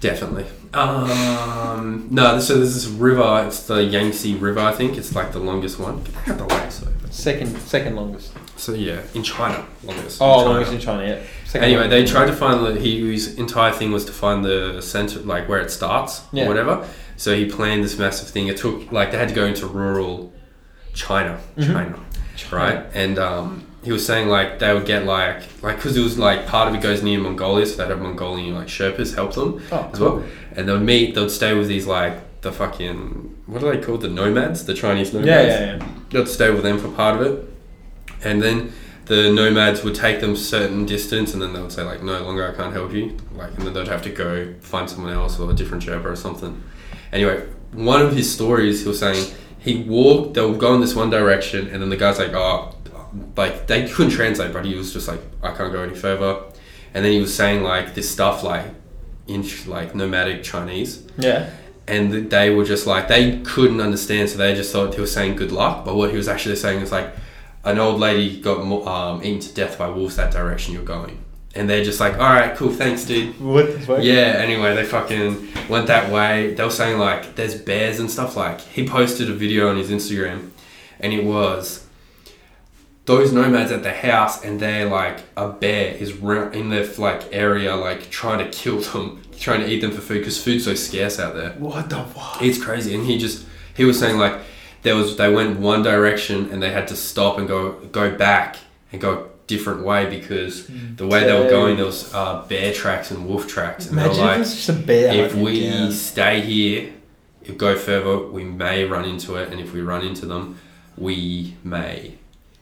definitely. Um, no. So there's this river. It's the Yangtze River. I think it's like the longest one. Get out the way. So, Second, second longest. so yeah, in China, longest. in Oh, China. longest in China. Yeah. Second anyway, they longest. tried to find the he, his entire thing was to find the center, like where it starts Yeah. or whatever. So he planned this massive thing. It took like they had to go into rural China, Mhm. China, right? And um, he was saying like they would get like like because it was like part of it goes near Mongolia, so they'd have Mongolian like Sherpas help them Oh, as well, and they'd meet. They'd stay with these like the fucking what are they called? The nomads, the Chinese nomads Yeah, yeah, yeah. they'd stay with them for part of it, and then the nomads would take them certain distance, and then they would say like, "No longer, I can't help you," like, and then they'd have to go find someone else or a different Sherpa or something. Anyway, one of his stories, he was saying he walked. They would go in this one direction, and then the guy's like, "Oh, like they couldn't translate," but he was just like, "I can't go any further," and then he was saying like this stuff like in like nomadic Chinese Yeah. and th- they were just like they couldn't understand, so they just thought he was saying good luck. But what he was actually saying is like an old lady got mo- um, eaten to death by wolves that direction you're going, and they're just like, all right, cool, thanks, dude. What the fuck? Yeah. Anyway, they fucking went that way. They were saying like there's bears and stuff. Like he posted a video on his Instagram, and it was those nomads at the house, and they're like a bear is ra- in their like area, like trying to kill them, trying to eat them for food because food's so scarce out there. What the fuck? It's crazy, and he just he was saying like there was they went one direction and they had to stop and go go back and go a different way because Mm. the way they were going there was uh, bear tracks and wolf tracks and Imagine they were like if it's just a bear. if like, we yeah. stay here if go further we may run into it and if we run into them we may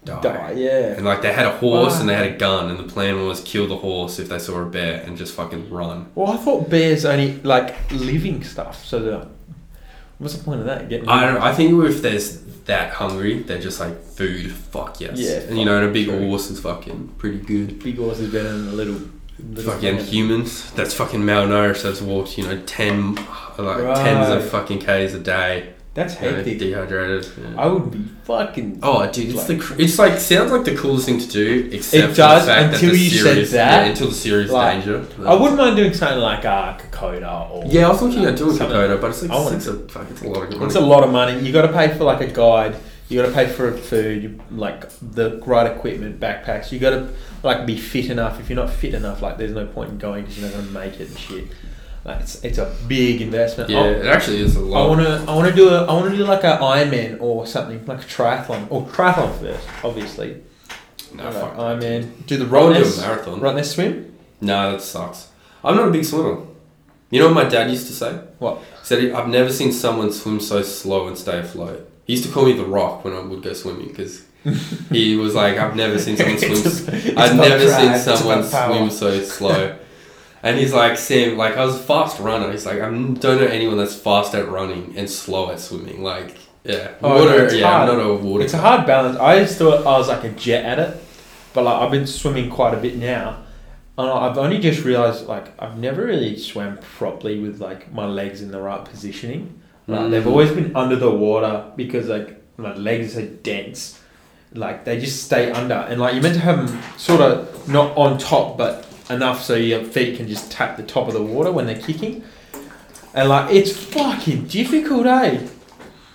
die, die, yeah. and like they had a horse Wow. and they had a gun and the plan was kill the horse if they saw a bear and just fucking run Well, I thought bears only like living stuff. So the, what's the point of that? Getting I don't. I think if there's that hungry, they're just like food. Fuck yes. Yeah, And you know, and a big true. horse is fucking pretty good. big horse is better than a little. little Fucking thing. humans. That's fucking malnourished. That's walked. You know, ten like tens Right. of fucking k's a day. That's you know, hectic. dehydrated. yeah. I would be fucking. Oh, dude, it's the cr- it's like sounds like the coolest thing to do, except for does, the fact until that the you said serious, that. Yeah, until the serious Like, danger. I wouldn't mind doing something like uh, Kokoda or. Yeah, I was looking at doing Something- Kokoda, but it's I like want six of fuck, it's a lot of money. It's a lot of money. You got to pay for like a guide. You got to pay for food, you, like the right equipment, backpacks. You got to like be fit enough. If you're not fit enough, like there's no point in going because you're not gonna make it and shit. Like it's, it's a big investment. yeah, I'll- it actually is a I lot. want to. I want to do a. I want to do like an Ironman or something like a triathlon or triathlon first, obviously. no, Like fuck. Ironman. Do I wanna do a the rottenness. marathon. Rottenness swim. No, that sucks. I'm not a big swimmer. You know what my dad used to say? What? He said, he- I've never seen someone swim so slow and stay afloat. He used to call me the rock when I would go swimming because he was like, I've never seen someone swim. It's s- about- it's I've about never drive, seen it's about someone power. swim so slow. And he's like, Sam, like I was a fast runner. He's like, I don't know anyone that's fast at running and slow at swimming. Like Yeah. Oh, Water. no, it's yeah. hard. Not over water. It's a hard balance. I used to I was like a jet at it, but like I've been swimming quite a bit now, and I- I've only just realized like I've never really swam properly with like my legs in the right positioning. Like, They've Mm. always been under the water because like my legs are dense, like they just stay under, and like you're meant to have them sort of not on top but enough so your feet can just tap the top of the water when they're kicking. And like it's fucking difficult, eh?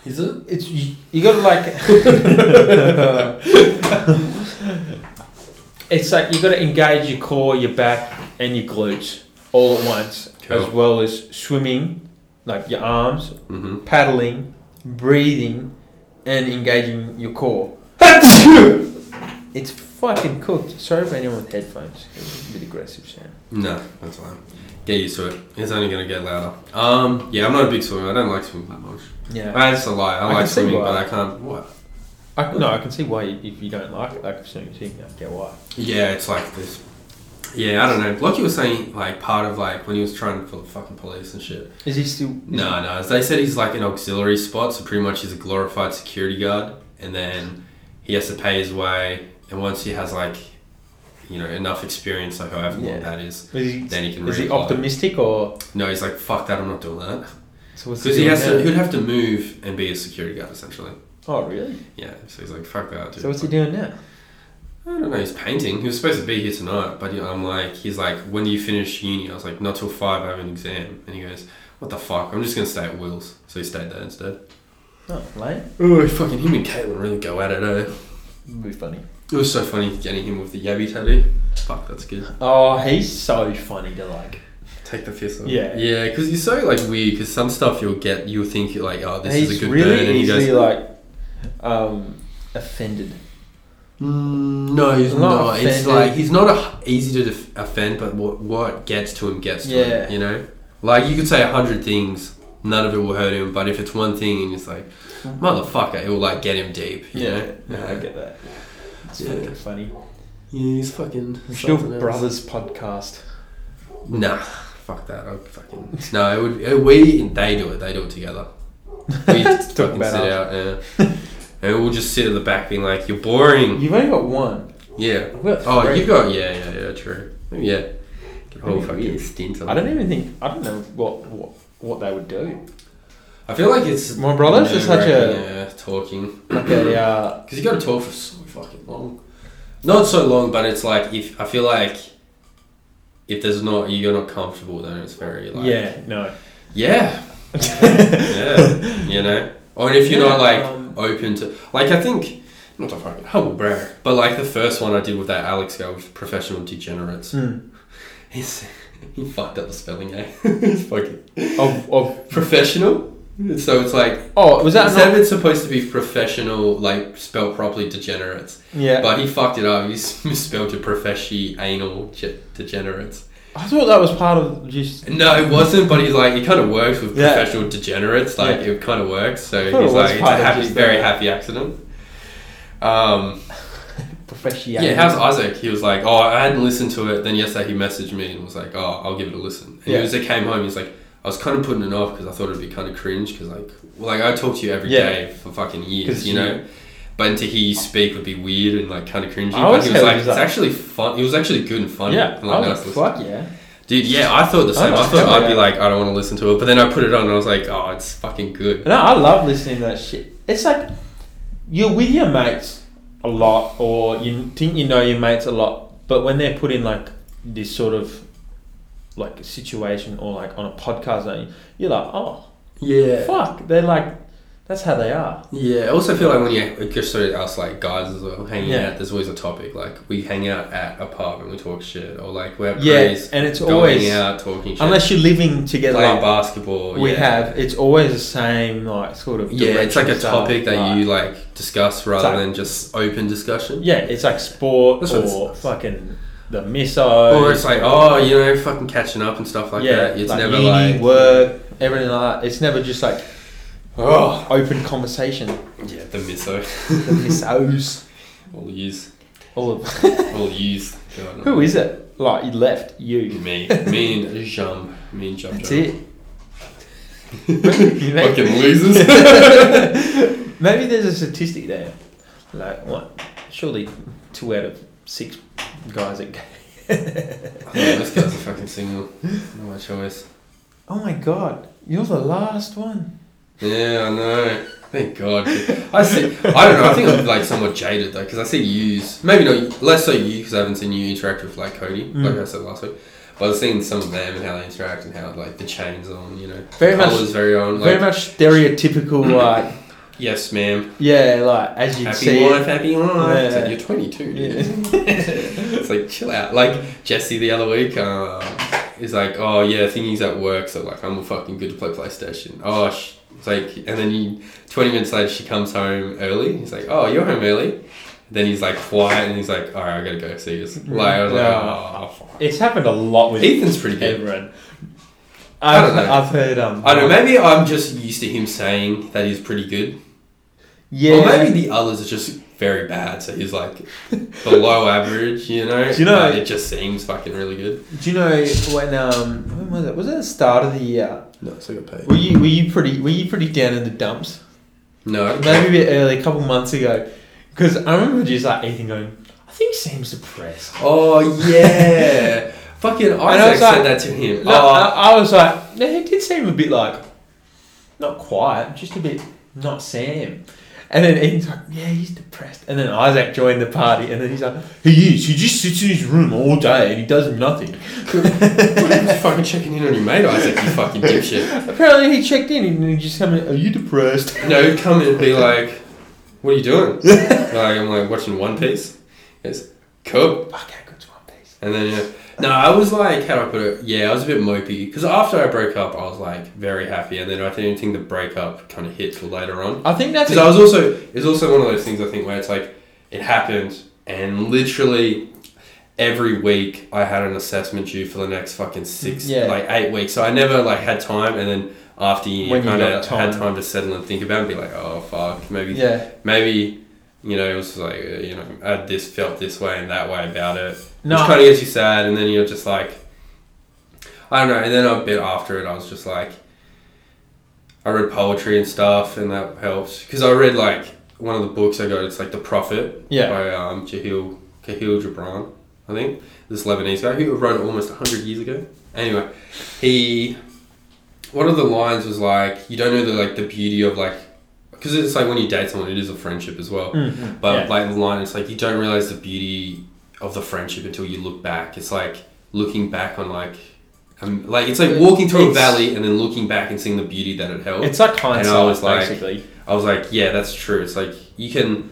Is it? It's you, you gotta like. it's like you gotta engage your core, your back, and your glutes all at once, as Cool. well as swimming, like your arms, Mm-hmm. paddling, breathing, and engaging your core. it's fucking cooked. Sorry for anyone with headphones. It was a bit aggressive, Sam. No, that's fine. Get used to it. It's only gonna get louder. Um. Yeah. I'm not a big swimmer. I don't like swimming that much. Yeah. That's a lie. I, I can like see swimming, why. but I can't. What? I, no, I can see why you, if you don't like it. Like, so you see, I get why. Yeah. It's like this. Yeah, I don't know. Like you were saying, like part of like when he was trying for the fucking police and shit. Is he still? No, no. As they said, he's like an auxiliary spot, so pretty much he's a glorified security guard, and then he has to pay his way. And once he has like, you know, enough experience, like however long Yeah. that is, Is he, then he can. Is he reapply. optimistic or No, he's like, fuck that. I'm not doing that so what's because he doing has to. now? He'd have to move and be a security guard essentially. Oh really? Yeah. So he's like, fuck that. Dude. So what's he doing now? I don't know. He's painting. He was supposed to be here tonight, but you know, I'm like, he's like, when do you finish uni? I was like, not till five. I have an exam. And he goes, what the fuck? I'm just gonna stay at Will's. So he stayed there instead. Oh, late. Oh, fucking him and Caitlin really go at it, eh? Would be funny. It was so funny getting him with the yabby tattoo. Fuck, that's good. Oh, he's so funny to like. Take the piss off. Yeah. Yeah, because you're so, like, weird, because some stuff you'll get, you'll think, you're like, oh, this he's is a good really burn, and he easily goes, like um, offended. mm, no, he's Not not. It's offended. like, he's not a, easy to def- offend, but what, what gets to him gets to Yeah. him, you know? Like, you could say a hundred things, none of it will hurt him, but if it's one thing and it's like, motherfucker, it will, like, get him deep, you know? yeah, I get that. It's Yeah. fucking funny. Yeah, he's fucking. We should do something a else. brothers podcast. Nah, fuck that. I fucking no. It would uh, we and they do it. They do it together. We Talk fucking about sit it. out, yeah. and we'll just sit at the back, being like, "You're boring." You've only got one. Yeah. I've got Oh, three. you got yeah, yeah, yeah. True. Yeah. Get a whole Maybe fucking stint on. I don't even think I don't know what what what they would do. I feel like it's My brothers are such a- nerve-wracking, yeah talking Like a uh, because you got to talk for so fucking long. Not so long, but it's like if I feel like if there's not you're not comfortable, then it's very like yeah no. yeah yeah you know or if you're not like Um, open to like I think not to fucking humble brag, but like the first one I did with that Alex guy was professional degenerates. mm, He's he fucked up the spelling, eh? He's fucking of, of professional. So it's like oh was that instead not, of it's supposed to be professional, like spelled properly degenerates, yeah but he fucked it up. He s- misspelled it professional anal ge- degenerates. I thought that was part of just. No, it wasn't. But he's like it kind of works with Yeah. professional degenerates. Like it kind of works. So I thought it he's was like it's part a of happy, just very the- happy accident. Um, Professional. Yeah, how's Isaac? He was like, oh, I hadn't listened to it. Then yesterday he messaged me and was like, oh, I'll give it a listen. And Yeah. as he came home, he's like, I was kind of putting it off because I thought it'd be kind of cringe because like, well, like I talk to you every day Yeah. for fucking 'Cause years, you you- know. But to hear you speak would be weird and like kind of cringy. I But always he was thought like, it it's was like- actually fun. It was actually good and funny. Yeah, And, like, I nice was to like, listen. fuck yeah. Dude, yeah, I thought the same. Oh, I thought hell I'd be yeah. like, I don't want to listen to it. But then I put it on and I was like, oh, it's fucking good. No, I love listening to that shit. It's like you're with your mates a lot, or you think you know your mates a lot, but when they're put in like this sort of like situation or like on a podcast, aren't you? you're like, oh Yeah. fuck, they're like, that's how they are. Yeah, I also feel like when you just sort of us like guys as well hanging Yeah. out, there's always a topic. Like we hang out at a pub and we talk shit, or like we're at Yeah, parties, and it's going always out talking shit, unless you're living together. playing Like basketball. we yeah. have, it's always the same like sort of Yeah, it's like a direction stuff, topic that like- you like discuss rather like- than just open discussion. Yeah, it's like sport That's what it's- or fucking the miso. Or it's like, oh, you know, fucking catching up and stuff like that. It's never uni, like work, everything like that. It's never just like Oh, open conversation. yeah, the miso, The misos, all used, all of all used. God, who is it? Like you left you. me? Me and Jum, me and Jum. That's Jum. it. You make- Fucking losers. Maybe there's a statistic there. Like, what? Surely two out of six guys are gay. Oh, this guy's a fucking single. No choice. Oh my god, you're the last one. Yeah, I know. Thank God. I see. I don't know. I think I'm like somewhat jaded though, because I see yous. Maybe not less so you, because I haven't seen you interact with like Cody, Mm. like I said last week. But I've seen some of them and how they interact and how like the chains on, you know, Very much- colors very on. Like, Very much stereotypical, like, Yes, ma'am. yeah, like, as you'd Happy see. it. life, happy life. It's like, Yeah. you're 22. dude. Yeah. it's like chill out. Like Jesse the other week uh, is like, oh yeah, thingy's at work, so like I'm fucking good to play PlayStation. Oh, sh-. it's like, and then you, twenty minutes later she comes home early. He's like, oh, you're home early. Then he's like quiet and he's like, all right, I gotta go see you. Like I was Yeah. like, oh, fuck. It's happened a lot with Ethan's pretty good. everyone. I I've, don't know. I've heard. Um, I don't know. Maybe I'm just used to him saying that he's pretty good, Yeah. or maybe the others are just very bad. So he's like below average, you know. Do you know- But it just seems fucking really good. Do you know when? Um, when was it? Was it the start of the year? No, so I got paid. Were you were you pretty were you pretty down in the dumps? No, Maybe a bit early, a couple months ago. Because I remember just like Ethan going, I think Sam's depressed. Oh yeah, fucking Isaac I was said like- that to him. No, oh, I, I was like, yeah, he did seem a bit like, not quiet, just a bit not Sam. And then Ethan's like, yeah, he's depressed. And then Isaac joined the party, and then he's like, he is. He just sits in his room all day and he does nothing. He's fucking checking in on your mate, Isaac. You fucking dipshit. Apparently, he checked in and he just came in, Are you depressed? No, he'd come in and be like, "What are you doing?" like I'm like watching One Piece. It's cool. Fuck, how good's One Piece? And then you know, no, I was like, how do I put it? Yeah, I was a bit mopey because after I broke up, I was like very happy, and then I didn't think the breakup kind of hit till later on. I think that's Because I was also it was also one of those things I think where it's like it happened and literally every week I had an assessment due for the next fucking six Yeah. like eight weeks. So I never like had time and then after you When you kind got of time. had time to settle and think about it and be like, oh fuck, maybe Yeah. maybe you know it was like uh, you know I this felt this way and that way about it, No. which kind of gets you sad, and then you're just like, I don't know. And then a bit after it, I was just like, I read poetry and stuff, and that helps because I read like one of the books I got. It's like The Prophet Yeah. by um, Jahil Kahil Gibran, I think this Lebanese guy who wrote it almost hundred years ago. Anyway, he one of the lines was like, "You don't know the like the beauty of like." Because it's like when you date someone, it is a friendship as well. Mhm. But Yeah. like the line, it's like you don't realize the beauty of the friendship until you look back. It's like looking back on like, um, like it's like walking through a It's- valley and then looking back and seeing the beauty that it held. It's like I hindsight, was like- basically. I was like, yeah, that's true. It's like you can,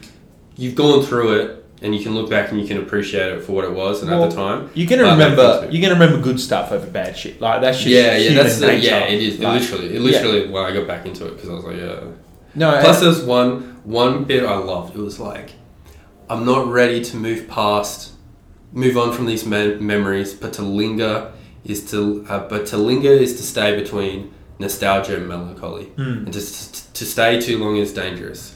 you've gone through it and you can look back and you can appreciate it for what it was and Well, at the time. You're gonna But that remember. makes me- You're gonna remember good stuff over bad shit. Like that's just Yeah, yeah, human that's the, nature. yeah. It is it Like, literally, it literally. When I got back into it, because I was like, yeah. no. Plus, there's one one bit I loved. It was like, I'm not ready to move past, move on from these mem- memories, but to linger is to, uh, but to linger is to stay between nostalgia and melancholy, Hmm. and just to stay too long is dangerous.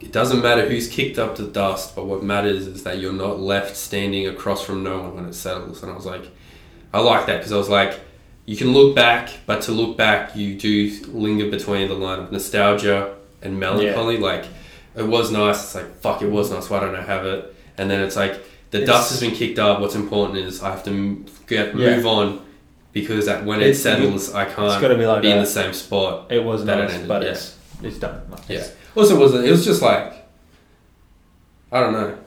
It doesn't matter who's kicked up the dust, but what matters is that you're not left standing across from no one when it settles. And I was like, I like that because I was like, you can look back, but to look back, you do linger between the line of nostalgia and melancholy. Like, it was nice. It's like, fuck, it was nice. Why don't I have it? And then it's like, the It's- dust has been kicked up. What's important is I have to m- get, Yeah. move on because that when it It's- settles, I can't gotta be like be in that. the same spot. It was That nice, ended, but yeah. it's it's done. Like, Yeah. it's- Also, it wasn't. It was just like, I don't know.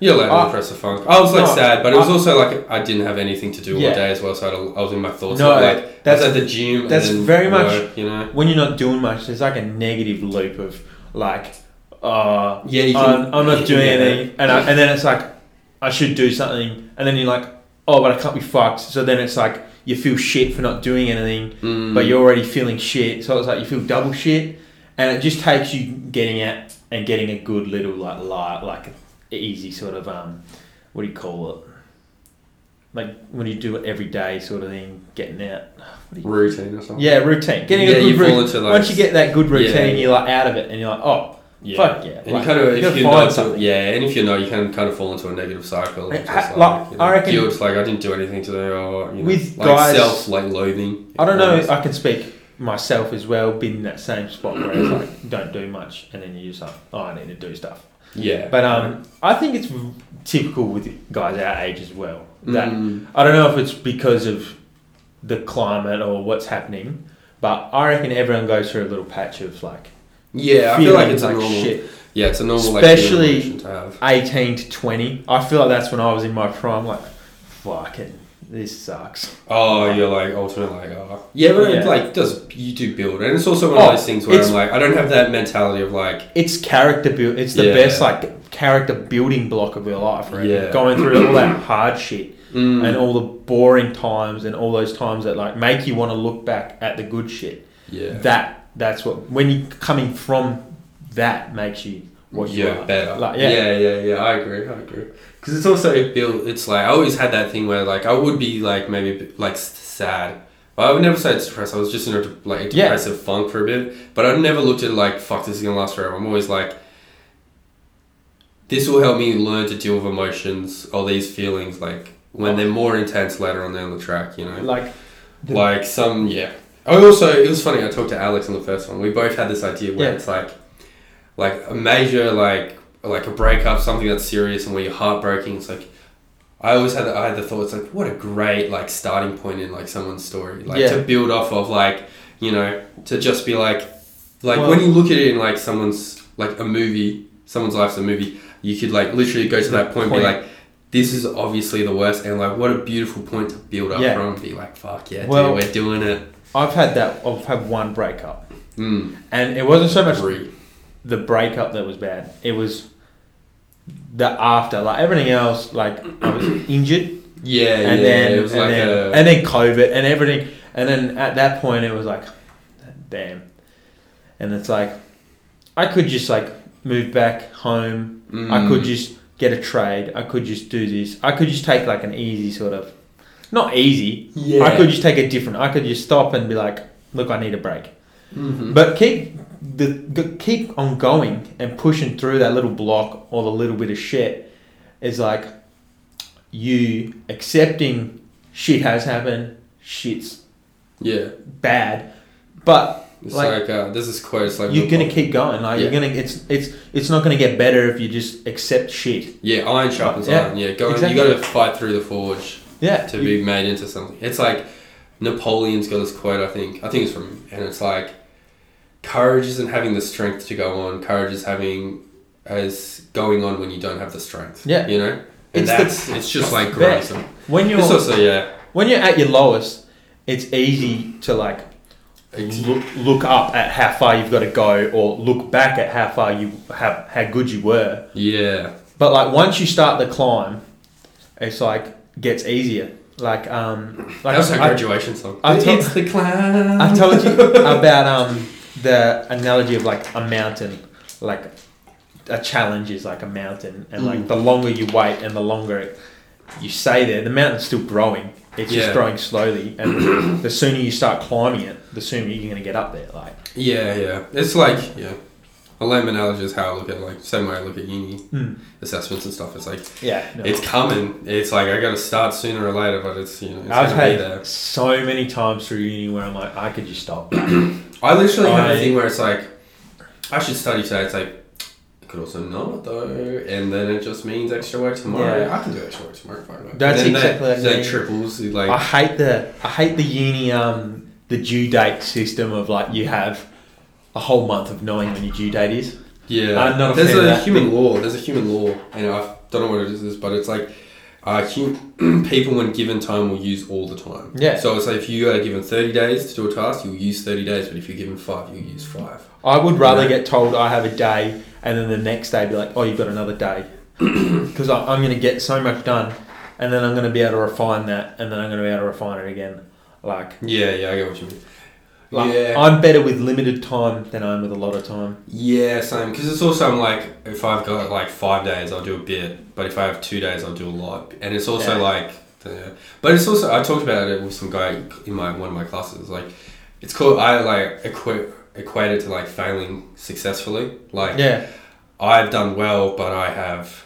You're allowed to I- impress the funk. I was like No, sad, but it was I- also like I didn't have anything to do all Yeah. day as well, so I, had a- I was in my thoughts. No, like that's- I was at the gym. and that's then very much- work, you know. When you're not doing much, there's like a negative loop of like, uh, Yeah, you can- I'm, I'm not you can doing get anything, and I, and then it's like, I should do something, and then you're like, oh, but I can't be fucked. So then it's like you feel shit for not doing anything, Mm. but you're already feeling shit. So it's like you feel double shit, and it just takes you getting out and getting a good little like light, like easy sort of um, what do you call it? Like when you do it every day, sort of thing, getting out. What do you- routine or something. yeah, routine. Getting Yeah, a you good fall routine. into like Once you get that good routine, Yeah. you're like out of it, and you're like, oh, yeah. fuck yeah. And like, you kind of, if gotta you find know, something. yeah, and if you know, you can kind of fall into a negative cycle. Like, It's ha- just like, you know, I reckon- guilt, like I didn't do anything today, or you know, With like guys- self, like loathing. I don't know. I can speak myself as well been in that same spot where it's like don't do much and then you're just like oh I need to do stuff Yeah. but um I think it's typical with guys our age as well that Mm. I don't know if it's because of the climate or what's happening but I reckon everyone goes through a little patch of like yeah, I feel like it's a normal. shit Yeah, it's a normal Especially- like, human emotion to have. 18 to 20 I feel like that's when I was in my prime like fucking this sucks Oh, you're like ultimate, like oh. Yeah, but it Yeah. like does you do build, and it's also one Oh, of those things where it's- I'm like, I don't have that mentality of like, it's character build. It's the Yeah. best like character building block of your life, right? Yeah. Going through all that hard shit mm, and all the boring times and all those times that like make you want to look back at the good shit. yeah, That that's what when you coming from that makes you what you yeah, are. better. Like, yeah. yeah. yeah, yeah, I agree, I agree. Because it's also built. It's like I always had that thing where like I would be like maybe a bit, like s- sad. I would never say it's depressed. I was just in a de- like a Yeah. depressive funk for a bit, but I've never looked at it like fuck. This is gonna last forever. I'm always like, this will help me learn to deal with emotions or these feelings like when they're more intense later on down the track. You know, Like The- like some yeah. I also it was funny. I talked to Alex on the first one. We both had this idea where Yeah. it's like, like a major like like a breakup, something that's serious and where you're heartbreaking. It's like I always had the, I had the thoughts like, what a great like starting point in like someone's story, like Yeah. to build off of like you know to just be like like Well- when you look at it in like someone's like a movie, someone's life's a movie. You could like literally go to that point, point. Point. and be like. This is obviously the worst, and like, what a beautiful point to build up Yeah. from. Be like, fuck yeah, Well- dude, we're doing it. I've had that. I've had one breakup, Mm. and it wasn't so much Agree. the breakup that was bad. It was the after, like everything else. Like I was injured. Yeah, and yeah. then it was and like then, a and then COVID and everything, and then at that point it was like, damn, and it's like, I could just like move back home. I could Mm. just get a trade. I could just do this. I could just take like an easy sort of, not easy. yeah. I could just take a different. I could just stop and be like, look, I need a break. Mhm. But keep the g- keep on going and pushing through that little block or the little bit of shit is like you accepting shit has happened, shit's yeah. bad, but It's like, like, uh, there's this quote. It's like you're gonna keep going. Like you're Yeah. gonna it's it's it's not gonna get better if you just accept shit. yeah, iron sharpens Yeah, iron. Yeah, go exactly. you got to fight through the forge Yeah. to you- be made into something. It's like Napoleon's got this quote. I think I think it's from him, and it's like courage isn't having the strength to go on. Courage is having as going on when you don't have the strength. Yeah. you know. And It's the- that's it's just like Yeah. gruesome. when you're It's also yeah. when you're at your lowest, it's easy to like Ex- look, look up at how far you've got to go or look back at how far you have how good you were Yeah. But like once you start the climb, it's like gets easier. Like um, like that was her I, graduation song. I told- it's the clown. I told you about um the analogy of like a mountain, like a challenge is like a mountain, and like Mm. the longer you wait and the longer you stay there, the mountain's still growing. It's Yeah. just growing slowly, and the sooner you start climbing it, the sooner you're gonna get up there. Like Yeah, yeah. It's like yeah. A lamb analogy is how I look at like same way I look at uni Mm. assessments and stuff. It's like yeah, no. it's coming. It's like I got to start sooner or later, but it's you know it's I've gonna be had there. so many times through uni where I'm like, I could just stop. I literally have I- a thing where it's like I should study today. It's like I could also not though, and then it just means extra work tomorrow. Yeah. I can do extra work tomorrow. Fine, right? That's And then exactly that, what I that mean. triples. you I Like hate the I hate the uni um the due date system of like you have a whole month of knowing when your due date is. yeah, I'm not a there's fan a of that. human law. There's a human law, and I don't know what it is, but it's like uh, hum- people when given time will use all the time. Yeah. So it's like if you are given 30 days to do a task, you'll use 30 days, but if you're given five, you'll use five. I would rather Yeah. get told I have a day and then the next day be like, oh, you've got another day, because I'm going to get so much done, and then I'm going to be able to refine that, and then I'm going to be able to refine it again. Like, Yeah, yeah, I get what you mean. like yeah, I'm better with limited time than I am with a lot of time. yeah, same. Because it's also I'm like, if I've got like five days, I'll do a bit, but if I have two days, I'll do a lot. And it's also Yeah. like, the, but it's also I talked about it with some guy in my one of my classes. Like, it's called I like equate equate it to like failing successfully. Like, Yeah, I've done well, but I have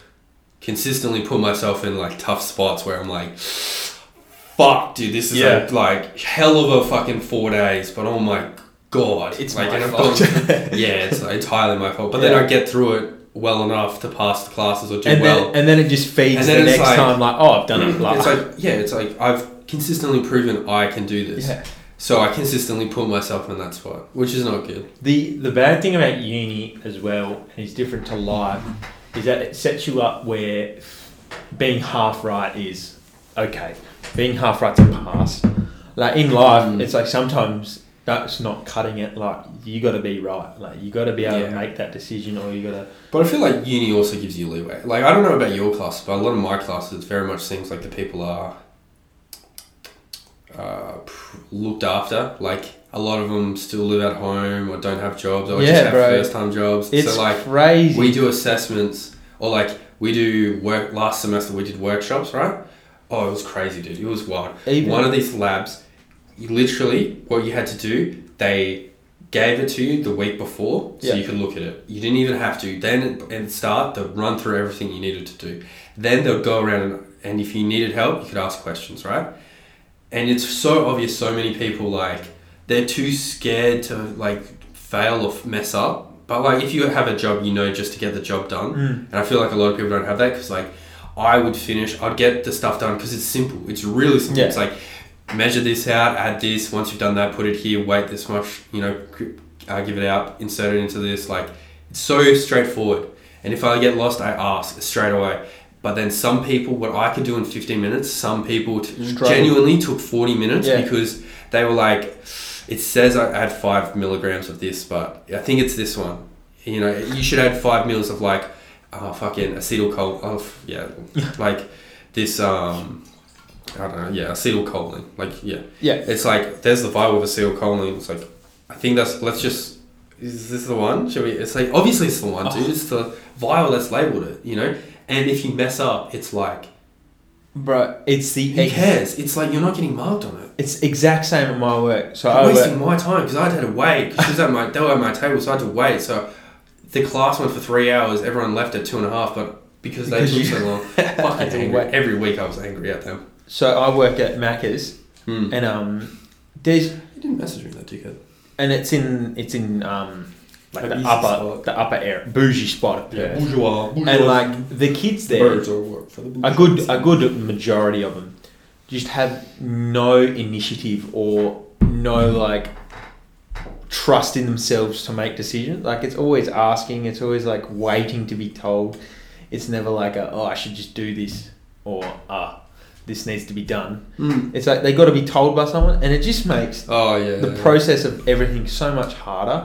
consistently put myself in like tough spots where I'm like, fuck, dude, this is Yeah. a, like hell of a fucking four days, but oh my god. It's like, my and I've fault. gone- yeah, it's entirely my fault. But then Yeah. I get through it well enough to pass the classes or do and well. then and then it just feeds And then the it's next like- time like oh I've done it. Blah. it's like yeah, it's like I've consistently proven I can do this. yeah. So I consistently put myself in that spot, which is not good. The the bad thing about uni as well is different to life is that it sets you up where being half right is okay. Being half right's a pass. Like in life, Mm. it's like sometimes that's not cutting it. Like you got to be right. Like you got to be able to Yeah. make that decision, or you got to. But I feel like uni also gives you leeway. Like I don't know about your class, but a lot of my classes very much seems like the people are uh, pr- looked after. Like a lot of them still live at home or don't have jobs or Yeah, just have bro. first time jobs. It's so like crazy. we do assessments or like we do work last semester we did workshops right oh it was crazy dude it was wild Even- one of these labs you literally what you had to do they gave it to you the week before so Yeah. you could look at it you didn't even have to then at- at the start they'll run through everything you needed to do then they'll go around and, and if you needed help you could ask questions right and it's so obvious so many people like they're too scared to like fail or f- mess up but like if you have a job you know just to get the job done Mm. and i feel like a lot of people don't have that because like i would finish i'd get the stuff done because it's simple it's really simple Yeah. it's like measure this out add this once you've done that put it here wait this much you know cr- uh, give it out insert it into this like it's so straightforward and if i get lost i ask straight away but then some people what i could do in 15 minutes some people t- Struggle. genuinely took 40 minutes Yeah. because they were like it says i add five milligrams of this but i think it's this one you know you should add five mils of like uh, fucking acetylcholine of yeah like this um i don't know yeah acetylcholine like yeah yeah. it's like there's the vibe of acetylcholine it's like i think that's let's just is this the one should we it's like obviously it's the one dude it's the vial that's labeled it you know and if you mess up it's like Bro, it's the who ex- cares it's like you're not getting marked on it It's exact same at my work. So I'm I work, wasting my time because I had to wait because she was at my they were at my table, so I had to wait. So the class went for three hours. Everyone left at two and a half, but because they Because took you- so long, I fucking had to angry. wait. Every week I was angry at them. so I work at Macca's, Mm. and um, there's You didn't message me that dickhead. and it's in it's in um like An the easy upper spot. the upper air bougie spot of Perth. bourgeois, And like the kids there, birds or work for the a good a good majority of them just have no initiative or no like trust in themselves to make decisions. Like it's always asking, it's always like waiting to be told. It's never like a, oh I should just do this or ah this needs to be done. Mm. It's like they got to be told by someone, and it just makes Oh yeah. the yeah. process of everything so much harder.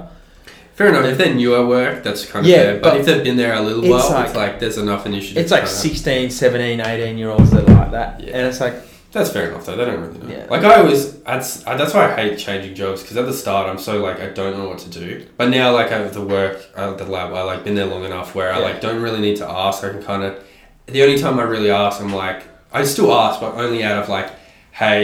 Fair enough. If they're new at work, that's kind of Yeah, fair. But, but if they've been there a little it's while, like- it's like there's enough initiative. it's like kinda. 16 17 18 year olds that are like that Yeah. and it's like That's fair enough though. They don't really know. Yeah. Like I always, that's I- that's why I hate changing jobs because at the start I'm so like I don't know what to do. But now like I have the work at the lab, I like been there long enough where I Yeah. like don't really need to ask. I can kind of. The only time I really ask, I'm like I still ask, but only out of like, hey,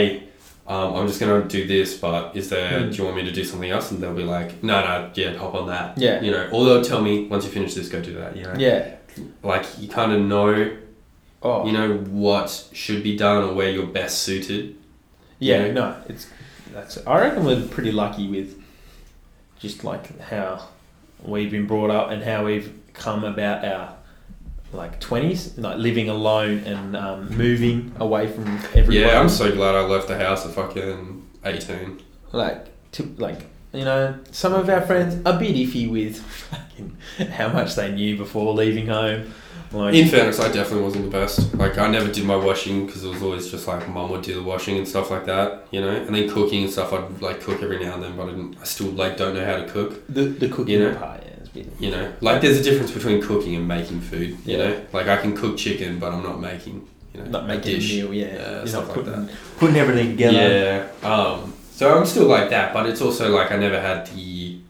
um, I'm just gonna do this, but is there? Mm. Do you want me to do something else? And they'll be like, no, no, yeah, hop on that. Yeah. You know, or they'll tell me once you finish this, go do that. You know. yeah Like you kind of know, oh you know what should be done or where you're best suited. yeah you no it's that's i reckon we're pretty lucky with just like how we've been brought up and how we've come about our like 20s like living alone and um, moving away from everyone Yeah, I'm so glad I left the house at fucking 18. like to like you know some of our friends a bit iffy with fucking how much they knew before leaving home like In fairness, I definitely wasn't the best. Like, I never did my washing because it was always just like mum would do the washing and stuff like that, you know? And then cooking and stuff, I'd like cook every now and then, but I, didn't, I still like don't know how to cook, the, the cooking You know? part yeah, it's a bit you know? Like, there's a difference between cooking and making food, you Yeah. know? Like, I can cook chicken, but I'm not making, you know, not a making a dish. meal, yeah. Yeah, You're stuff not like putting, that. putting everything together. Yeah. Um, so I'm still like that, but it's also like I never had the.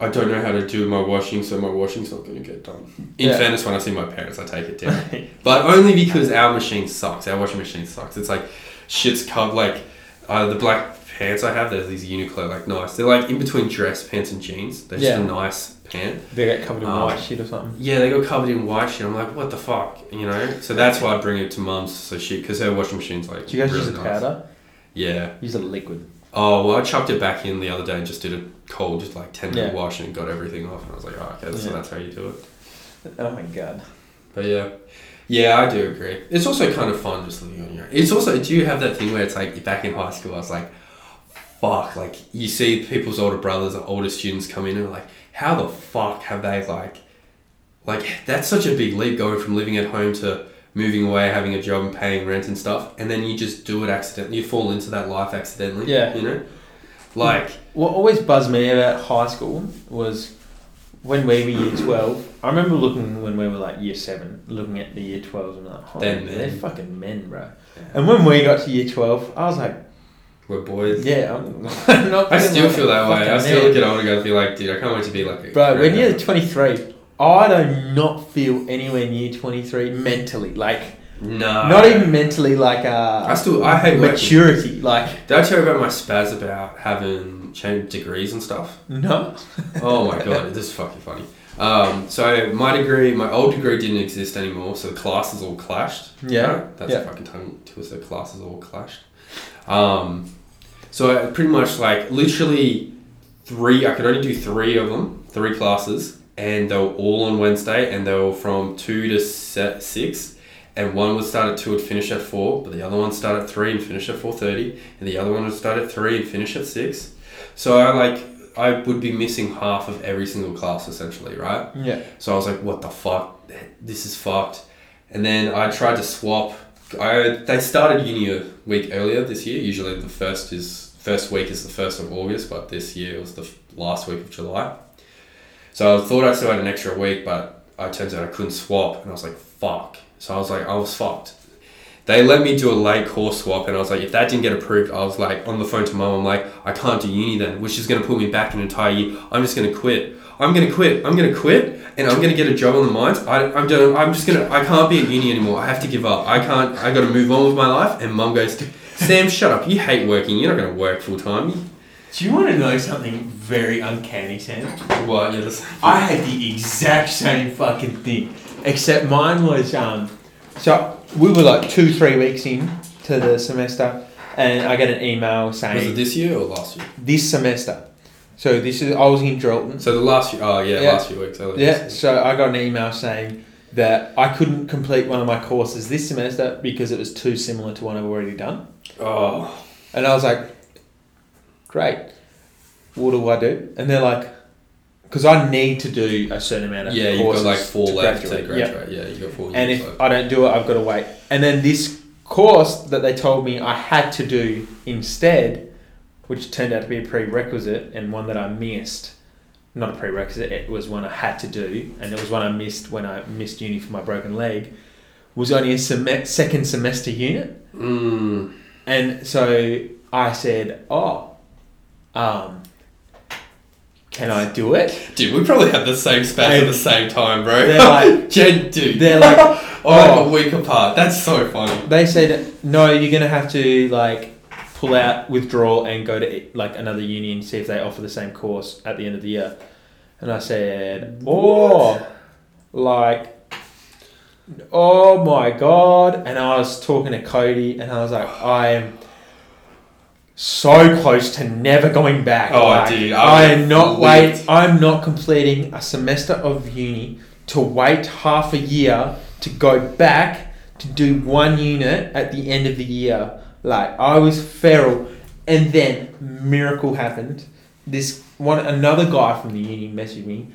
I don't know how to do my washing, so my washing's not going to get done. In Yeah. fairness, when I see my parents, I take it down. But only because our machine sucks. Our washing machine sucks. It's like shit's covered. Like uh, the black pants I have, there's these Uniqlo, like nice. They're like in between dress pants and jeans. They're just Yeah. a nice pant. They get covered in Oh. white shit or something. Yeah, they got covered in white shit. I'm like, what the fuck, you know? So that's why I bring it to mum's so she, because her washing machine's like. Do you guys really use a nice. powder? Yeah. Use a liquid. Oh well, I chucked it back in the other day and just did a cold, just like ten minute Yeah. wash and got everything off. And I was like, oh, okay, so Yeah. that's how you do it. Oh my god. But yeah, yeah, I do agree. It's also kind of fun just living on your own. It's also do you have that thing where it's like back in high school, I was like, fuck, like you see people's older brothers or older students come in and like, how the fuck have they like, like that's such a big leap going from living at home to moving away, having a job and paying rent and stuff, and then you just do it accidentally. You fall into that life accidentally. Yeah. you know, like. What always buzzed me about high school was when we were year 12. I remember looking when we were like year 7, looking at the year 12s and like, oh, They're they're, men. fucking men, bro. Yeah. And when we got to year 12, I was like, We're boys. yeah, I'm I'm not. I still fucking feel that way. I fucking still man. look at older guys and be like, dude, I can't wait to be like a Bro, when grown-up. you're 23, I do not feel anywhere near 23 mentally. Like, No. not even mentally, like, uh, Uh, I still I hate working. maturity. Like, Did I tell you about my spaz about having changed degrees and stuff? no. Oh my god, this is fucking funny. Um, so my degree, my old degree didn't exist anymore, so the classes all clashed. Yeah, Right? That's yeah. a fucking tongue twister. Classes all clashed. Um, so I pretty much like literally three. I could only do three of them, three classes, and they were all on Wednesday, and they were from two to se- six. And one would start at two and finish at four, but the other one started at three and finish at four thirty, and the other one would start at three and finish at six. So I like I would be missing half of every single class essentially, right? Yeah. So I was like, what the fuck? This is fucked. And then I tried to swap. I they started uni a week earlier this year. Usually the first is first week is the first of August, but this year it was the f- last week of July. So I thought I still had an extra week, but it turns out I couldn't swap, and I was like, fuck. So I was like, I was fucked. They let me do a late course swap, and I was like, if that didn't get approved, I was like, on the phone to mum, I'm like, I can't do uni then, which is going to put me back an entire year. I'm just going to quit. I'm going to quit. I'm going to quit, and I'm going to get a job on the mines. I, I'm done. I'm just going to, I can't be at uni anymore. I have to give up. I can't, I got to move on with my life. And mum goes, Sam, shut up. You hate working. You're not going to work full time. Do you want to know something very uncanny, Sam? What? Yeah, that's, I had the exact same fucking thing, except mine was um. So we were like two, three weeks in to the semester, and I get an email was it saying this year or last year? this semester. So this is I was in Drelton. So the last few, oh yeah, Yeah. last few weeks. I was- Yeah. So I got an email saying that I couldn't complete one of my courses this semester because it was too similar to one I've already done, Oh, and I was like, great. What do I do? And they're like, because I need to do a certain amount of yeah. You've got courses like four to left graduate. to Yeah. graduate. Yeah, you got four. and years if left. I don't do it, I've got to wait. And then this course that they told me I had to do instead, which turned out to be a prerequisite and one that I missed. Not a prerequisite, it was one I had to do, and it was one I missed when I missed uni for my broken leg, was only a sem- second semester unit. Mm. And so I said, Oh, um, can I do it? Dude, we probably had the same spat at the same time, bro. They're like- Jen, dude. They're like, oh, like a oh. week apart. That's so funny. They said no. You're gonna have to like pull out, withdraw, and go to like another uni and see if they offer the same course at the end of the year. And I said, oh, like, oh my god! And I was talking to Cody, and I was like, I am so close to never going back. Oh, Like, dude, I I am not would've wait. I'm not completing a semester of uni to wait half a year to go back to do one unit at the end of the year. Like I was feral, and then miracle happened. This one, another guy from the uni messaged me,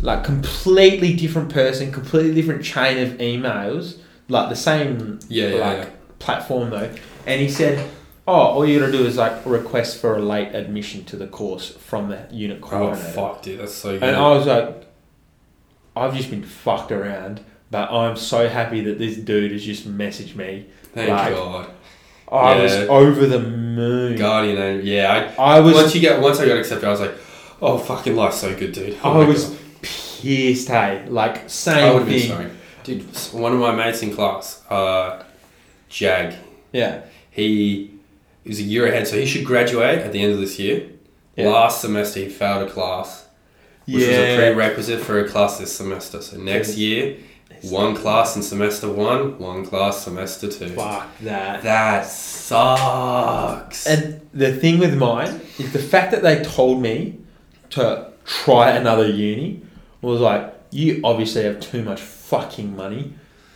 like completely different person, completely different chain of emails, like the same Yeah, yeah, like yeah. platform though, and he said. Oh, all you gotta do is like request for a late admission to the course from the unit Oh coordinator. fuck, dude. That's so good. And I was like, I've just been fucked around, but I'm so happy that this dude has just messaged me. Thank like- God. I was Yeah. over the moon. Guardian. and- Yeah. I I, was once you get, once I got accepted, I was like, oh fucking life's so good, dude. Oh I my was God. pissed, hey. Like I same would be thing. sorry, dude. One of my mates in class, uh, Jag. Yeah. He is a year ahead, so he should graduate at the end of this year. Yeah. Last semester, he failed a class, which was a Yeah. prerequisite for a class this semester. So next year, One class in semester one, one class semester two. Fuck that. That sucks. And the thing with mine is the fact that they told me to try another uni was like, you obviously have too much fucking money,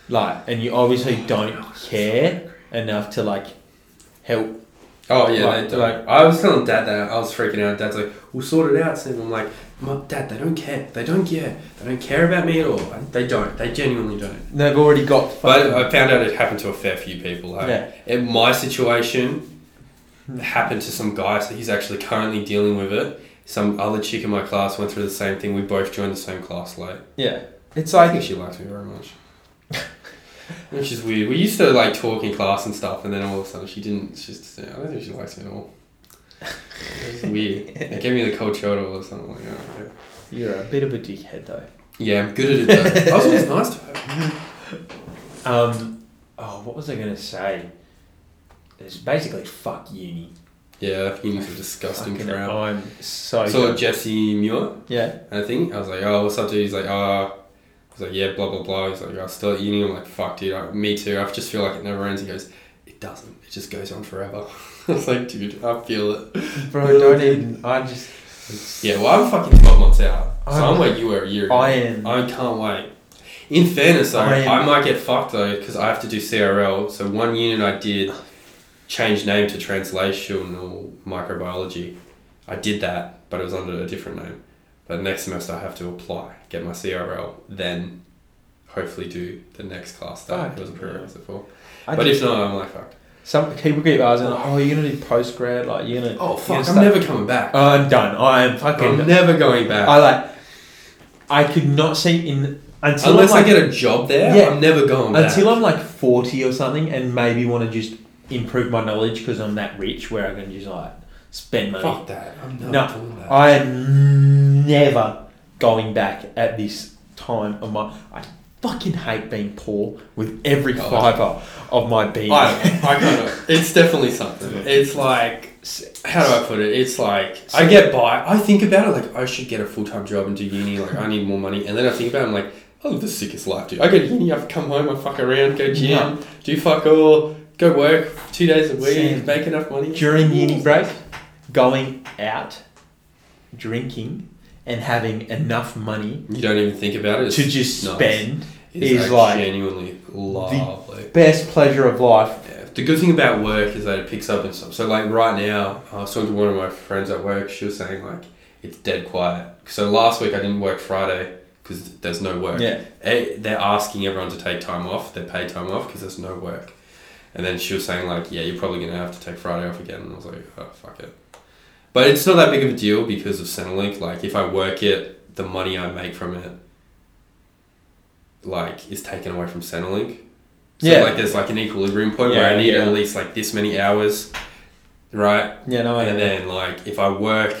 like, and you obviously don't care enough to like help. oh yeah, Like- they, like I was telling dad that I was freaking out. Dad's like, "We'll sort it out soon." I'm like, "Mum, "Dad, they don't care. They don't care. They don't care about me at all. They don't. They genuinely don't." They've already got. But fucking- I found out it happened to a fair few people. Like, Yeah. In my situation, it happened to some guy, so he's actually currently dealing with it. Some other chick in my class went through the same thing. We both joined the same class late. yeah, it's I think like she likes me very much. Which is weird. We used to like talk in class and stuff, and then all of a sudden she didn't. She's just, I don't think she likes me at all. It's weird. It gave me the cold shoulder all of a sudden. I'm like, oh, okay. you're a bit of a dickhead though. Yeah, I'm good at it though. I was always nice to her. Um, oh, what was I gonna say? It's basically fuck uni. Yeah, uni's a disgusting Fucking, Oh, crowd. I'm so. So done. Jesse Muir. yeah, And I think I was like, oh, what's up, dude? He's like, ah. I was like, yeah, blah, blah, blah. He's like, I'm still at uni. I'm like, fuck, dude. I, me too. I just feel like it never ends. He goes, it doesn't. It just goes on forever. I was like, dude, I feel it. bro, don't even. I just. Yeah, well, I'm fucking 12 months out. So I'm, I'm- where you were a year ago. I am. I can't wait. In fairness, though, I am- I, might get fucked, though, because I have to do CRL. So one unit I did change name to Translational Microbiology. I did that, but it was under a different name. But next semester, I have to apply, get my CRL, then hopefully do the next class that Fuck, it was a yeah. prerequisite for. I but just- if not, I'm like, fuck. Some people keep asking, like, "Oh, you're gonna do post grad? Like, you're gonna?" Oh, you're fuck. I'm gonna never coming back. start- I'm done. I am I'm fucking. never going back. Oh, I like. I could not see in until Unless I'm like, I get a job there, Yeah. I'm never going back. until I'm like forty or something, and maybe want to just improve my knowledge because I'm that rich where I can just like spend money. Fuck that. I'm not No, doing that. I am never going back at this time of my. I fucking hate being poor with every Oh, fiber of my being. I, I kind of. It's definitely something. It's like. How do I put it? It's like. I get by. I think about it like I should get a full time job and do uni. Like I need more money. And then I think about it, I'm like, I live the sickest life, dude. I go to uni, I come home, I fuck around, go gym, Yeah. do fuck all, go work two days a week, Same. make enough money. during uni break, going out, drinking, and having enough money You don't even think about it. It's to just nice. spend It's is like genuinely lovely. best pleasure of life. Yeah, the good thing about work is that it picks up and stuff. So like right now, I was talking to one of my friends at work. She was saying like it's dead quiet. So last week I didn't work Friday because there's no work. Yeah. Eh, They're asking everyone to take time off. They're paid time off because there's no work. And then she was saying like, yeah, you're probably gonna have to take Friday off again. And I was like, oh fuck it. But it's not that big of a deal because of Centrelink. Like if I work it, the money I make from it, like is taken away from Centrelink. So Yeah. like there's like an equilibrium point where Yeah, I need yeah. at least like this many hours, right? Oh, Yeah, no, I and then like if I work,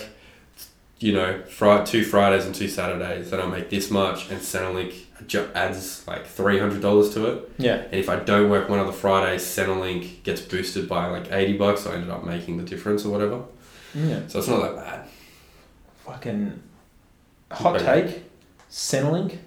you know, fri- two Fridays and two Saturdays, then I make this much, and Centrelink ju- adds like three hundred dollars to it. yeah, And if I don't work one other Friday, Centrelink gets boosted by like eighty bucks. So I ended up making the difference or whatever. yeah. So it's not that bad. Fucking hot take, Centrelink.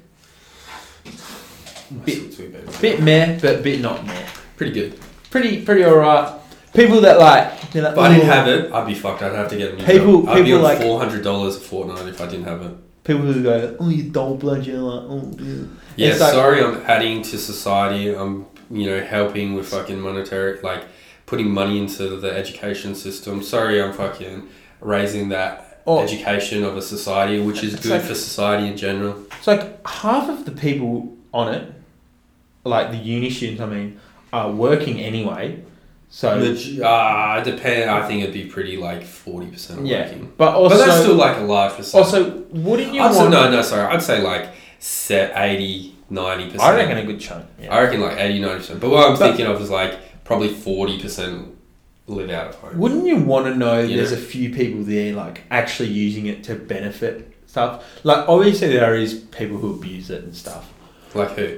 Bit, bit meh, but bit not meh. Pretty good. Pretty, pretty alright. People that like, they're like, If I didn't "Ooh." have it, I'd be fucked. I'd have to get a new People- job. I'd be people on like- four hundred dollars a fortnight if I didn't have it. people who go, oh, you dull blood, you're like, oh, yeah." Yeah, It's like- sorry, I'm adding to society. I'm, you know, helping with fucking monetary, like putting money into the education system. Sorry, I'm fucking raising that Oh. education of a society, which is It's good like- for society in general. It's like half of the people on it, like the uni students, I mean, are working anyway. So The, uh, depend. I think it'd be pretty like forty percent Yeah. working, but also, but that's still like a large percentage. also, wouldn't you I'd say, want? no, no, sorry. I'd say like set 80 90 percent. I reckon a good chunk. Yeah. I reckon like 80 90 percent. But what I'm But- thinking of is like probably forty percent live out of home. Wouldn't you want to know? Yeah. There's a few people there, like actually using it to benefit stuff. Like obviously, there is people who abuse it and stuff. Like who?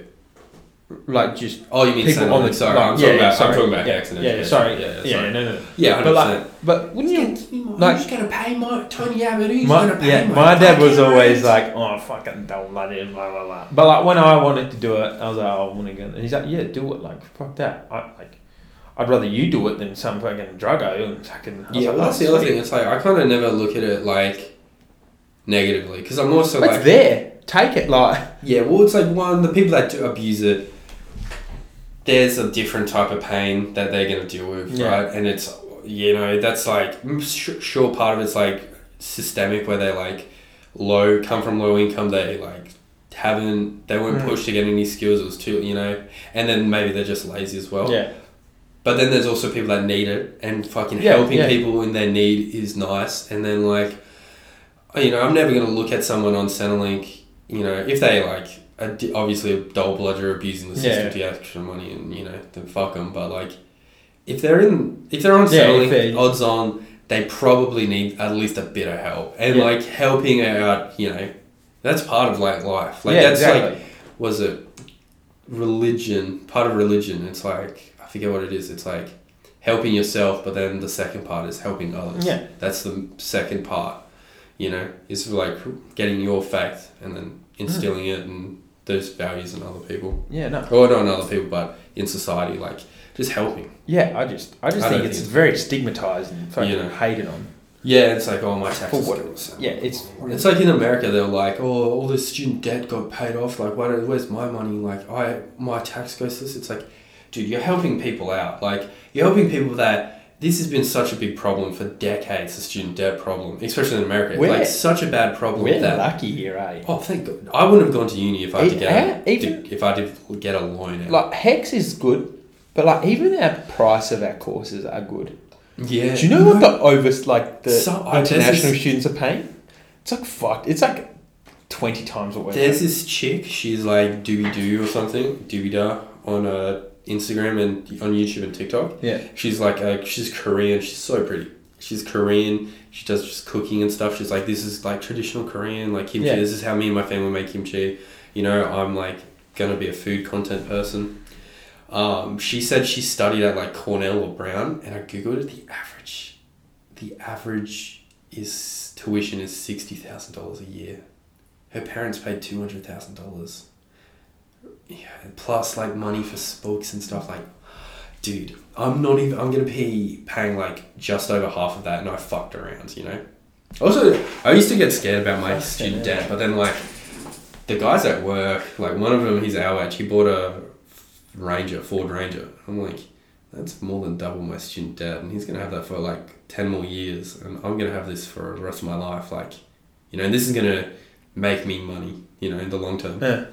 like just Oh, you mean people Senate? on the sorry, I'm, like, yeah, talking yeah, about, sorry. I'm talking about yeah, accidents. Yeah, yeah, sorry. Yeah, Yeah, sorry. no, no. yeah, 100%. But like, but wouldn't you? like- just gonna pay my Tony Abbott. My, yeah, my dad was always like, "Oh, I fucking don't let him," blah blah blah. But like when I wanted to do it, I was like, "Oh, "I want to go," and he's like, "Yeah, do it." Like fuck that. I like, I'd rather you do it than some fucking druggo and fucking. I was Yeah, like, well, that's "Oh, the other sweet." thing. It's like I kind of never look at it like negatively because I'm also It's like, there. Take it. Like yeah, well, it's like one the people that do abuse it. There's a different type of pain that they're gonna deal with, Yeah. right? And it's you know that's like mm, su- sure part of it's like systemic where they like low come from low income they like haven't they weren't Mm. pushed to get any skills it was too you know and then maybe they're just lazy as well yeah, But then there's also people that need it, and fucking Yeah, helping yeah. people in their need is nice. And then like, you know, I'm never gonna look at someone on Centrelink, you know, if they like are d- obviously a dull bludger abusing the system Yeah. to get extra money, and you know, then fuck them. But like, if they're in, if they're on Yeah, if Centrelink, they- odds on they probably need at least a bit of help, and Yeah. like helping out, you know, that's part of like life. Like yeah, that's like exactly. was it religion part of religion it's like i forget what it is it's like helping yourself but then the second part is helping others Yeah. that's the second part you know it's like getting your faith and then instilling it and those values in other people yeah, no, or not in other people but in society like just helping yeah. I just, I just I think don't it's think- very stigmatized and fucking You know. hated on. yeah it's like oh my taxes what- go to Sam. yeah, it's- it's like in america they're like oh all this student debt got paid off like why don't, where's my money like i my tax goes to this it's like dude, you're helping people out. Like you're helping people that this has been such a big problem for decades, the student debt problem, especially in America. It's We're- like such a bad problem We're that. lucky here, eh? Oh, thank God! I wouldn't have gone to uni if I had to Eh, get a, even- if I did get a loan. Out. Like hex is good, but like even our price of our courses are good. yeah. Do you know what the over like the So- I- there's international this- students are paying? It's like fucked. It's like twenty times what we're There's paying. this chick. She's like doobie doo or something, doobie da on uh, Instagram and on YouTube and TikTok. Yeah. She's like, uh, she's Korean. She's so pretty. She's Korean. She does just cooking and stuff. She's like, this is like traditional Korean, like kimchi. Yeah. This is how me and my family make kimchi. You know, I'm like gonna be a food content person. Um, she said she studied at like Cornell or Brown, and I googled it. The average, the average is tuition is sixty thousand dollars a year. Her parents paid two hundred thousand dollars. Yeah, plus like money for books and stuff like dude, I'm not even. I'm gonna be paying like just over half of that, and I fucked around, you know. Also, I used to get scared about my student debt, but then like the guys at work, like one of them, he's our age. He bought a Ranger, Ford Ranger. I'm like, that's more than double my student debt, and he's gonna have that for like ten more years, and I'm gonna have this for the rest of my life. Like, you know, and this is gonna make me money, you know, in the long term. Yeah.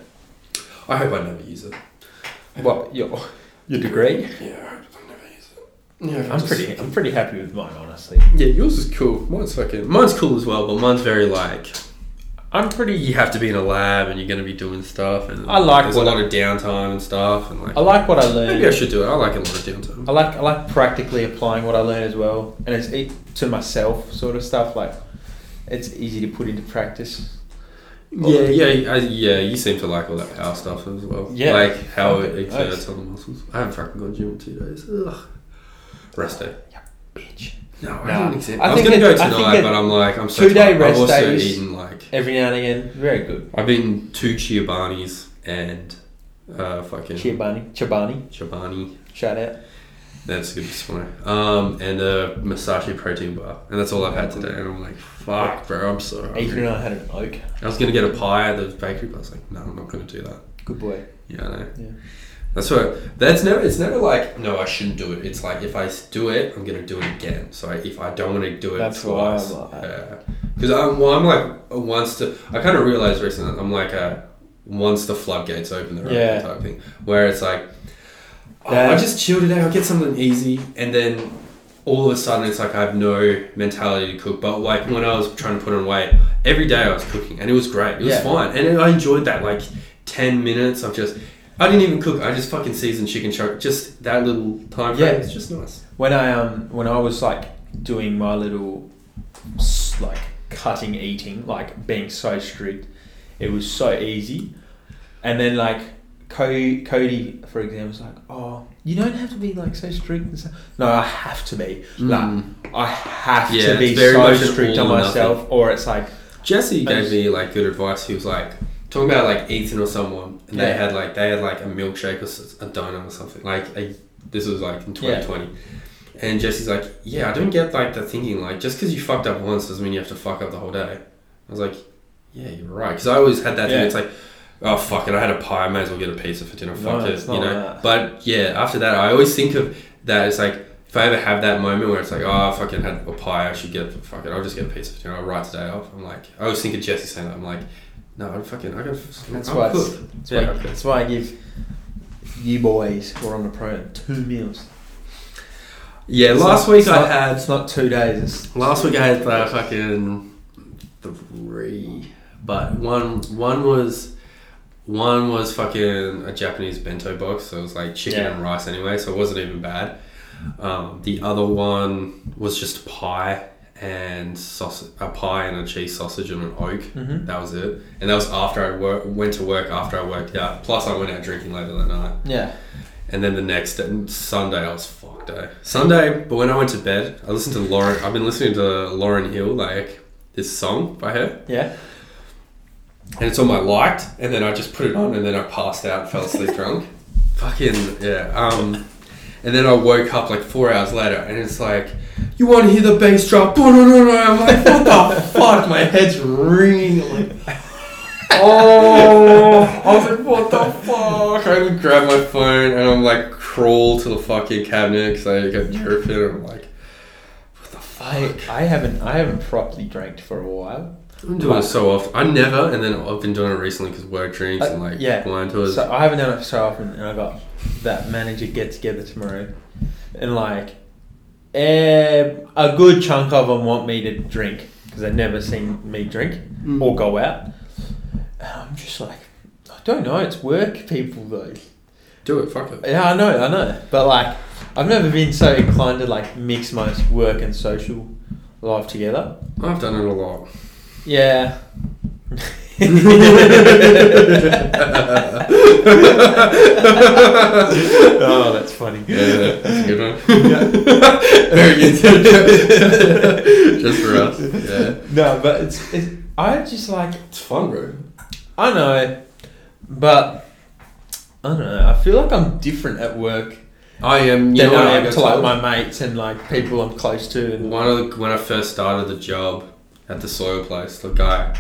I hope I never use it. What your your degree? Yeah, I hope I never use it. Yeah, if I I'm just- pretty I'm pretty happy with mine, honestly. Yeah, yours is cool. Mine's fucking. Mine's cool as well, but mine's very like. I'm pretty. You have to be in a lab and you're going to be doing stuff. And I like There's what a lot of downtime and stuff. And like. I like what I learned. maybe I should do it. I like a lot of downtime. I like I like practically applying what I learn as well, and it's it to myself sort of stuff. Like it's easy to put into practice. Yeah, yeah, I, yeah. You seem to like all that power stuff as well. Yeah. Like how it Okay, exerts nice. on the muscles. I haven't fucking gone gym in two days. Ugh. Rest day. Bitch. No, I Nah. haven't accept- I I, was think going to go it- I think tonight, it- but I'm like, I'm so two-day tired. rest I've also days. eaten like. Every now and again, very good. I've eaten two Chiabanis and uh, fucking. Chibani, Chibani, Chobani. shout out. That's good this morning. Um, and a Masashi protein bar, and that's all I've had today. And I'm like, fuck, bro, I'm so Ethan hungry. and I had an oak. I was gonna get a pie at the bakery, but I was like, no, I'm not gonna do that. Good boy. Yeah, I know. Yeah. That's what. That's never. It's never like, no, I shouldn't do it. It's like if I s- do it, I'm gonna do it again. So I, if I don't want to do it That's why I'm twice, like that. because I'm well, I'm like a once to. I kind of realized recently that I'm like a once the floodgates open, they're Yeah. open type thing. Where it's like, oh, I That- just chill today. I'll get something easy, and then all of a sudden it's like I have no mentality to cook. But like when I was trying to put on weight, every day I was cooking, and it was great. It was Yeah. fine, and I enjoyed that. Like ten minutes of just. I didn't even cook. I just fucking seasoned chicken chop. Just that little time frame. Yeah. It's just nice. when I um when I was like doing my little s- like cutting eating like being so strict, it was so easy, and then like Co- Cody, for example, was like, "Oh, you don't have to be like so strict." And stuff. No, I have to be. Nah. I have Yeah, to be it's very so much an strict all on or myself, or it's like, Jesse Thanks. gave me like good advice. He was like talking about like Ethan or someone, and they Yeah. had like they had like a milkshake or s- a donut or something. Like a, this was like in Yeah. 2020, and Jesse's like, yeah, I don't get like the thinking. Like just because you fucked up once doesn't mean you have to fuck up the whole day. I was like, yeah, you're right. Because I always had that Yeah. thing. It's like. Oh fuck it! I had a pie. I may as well get a pizza for dinner. Fuck No, it, it's you not know. that. But yeah, after that, I always think of that. It's like if I ever have that moment where it's like, oh, I fucking had a pie, I should get fuck it, I'll just get a pizza. You know, I'll write today off. I'm like, I always think of Jesse saying that. I'm like, no, I'm fucking, I got. that's I'm why, it's, cooked. that's, Yeah, why okay. that's why I give you boys who are on the program two meals. Yeah, It's last not- week it's I not- had. It's not two days. It's Last week I had uh, fucking three, but one one was one was fucking a Japanese bento box, so it was like chicken Yeah. and rice anyway, so it wasn't even bad. Um, the other one was just pie and sausage, a pie and a cheese sausage and an oak. Mhm. That was it, and that was after I wor- went to work after I worked out. Plus, I went out drinking later that night. yeah, And then the next day, Sunday, I was fucked. Eh? Sunday, but when I went to bed, I listened to Lauren. I've been listening to Lauren Hill, like this song by her, yeah. and it's on my liked. And then I just put it on, and then I passed out, and fell asleep drunk. Fucking yeah. Um, and then I woke up like four hours later, and it's like, you want to hear the bass drop? I'm like, what the fuck? My head's ringing. Like, oh, I was like, what the fuck? I even grabbed my phone and I'm like, crawl to the fucking cabinet because I got jerked in. And I'm like, what the I, fuck? I haven't I haven't properly drank for a while. I'm doing it so often. I never, and then I've been doing it recently because work drinks and like Uh, Yeah. wine tours. So I haven't done it so often, and I got that manager get together tomorrow, and like, eh, a good chunk of them want me to drink because they've never seen me drink Mm. or go out. And I'm just like, I don't know. It's work people though. Do it, fuck it. Yeah, I know, I know. But like, I've never been so inclined to like mix my work and social life together. I've done it a lot. Yeah. oh, that's funny. Yeah, that's a good one. Very good. Just for us. Yeah. No, but it's, it's I just like It's fun, bro. I know, but I don't know. I feel like I'm different at work I am. You than know what I I am got to like told? my mates and like people I'm close to. And One of the, when I first started the job at the soil place, the guy,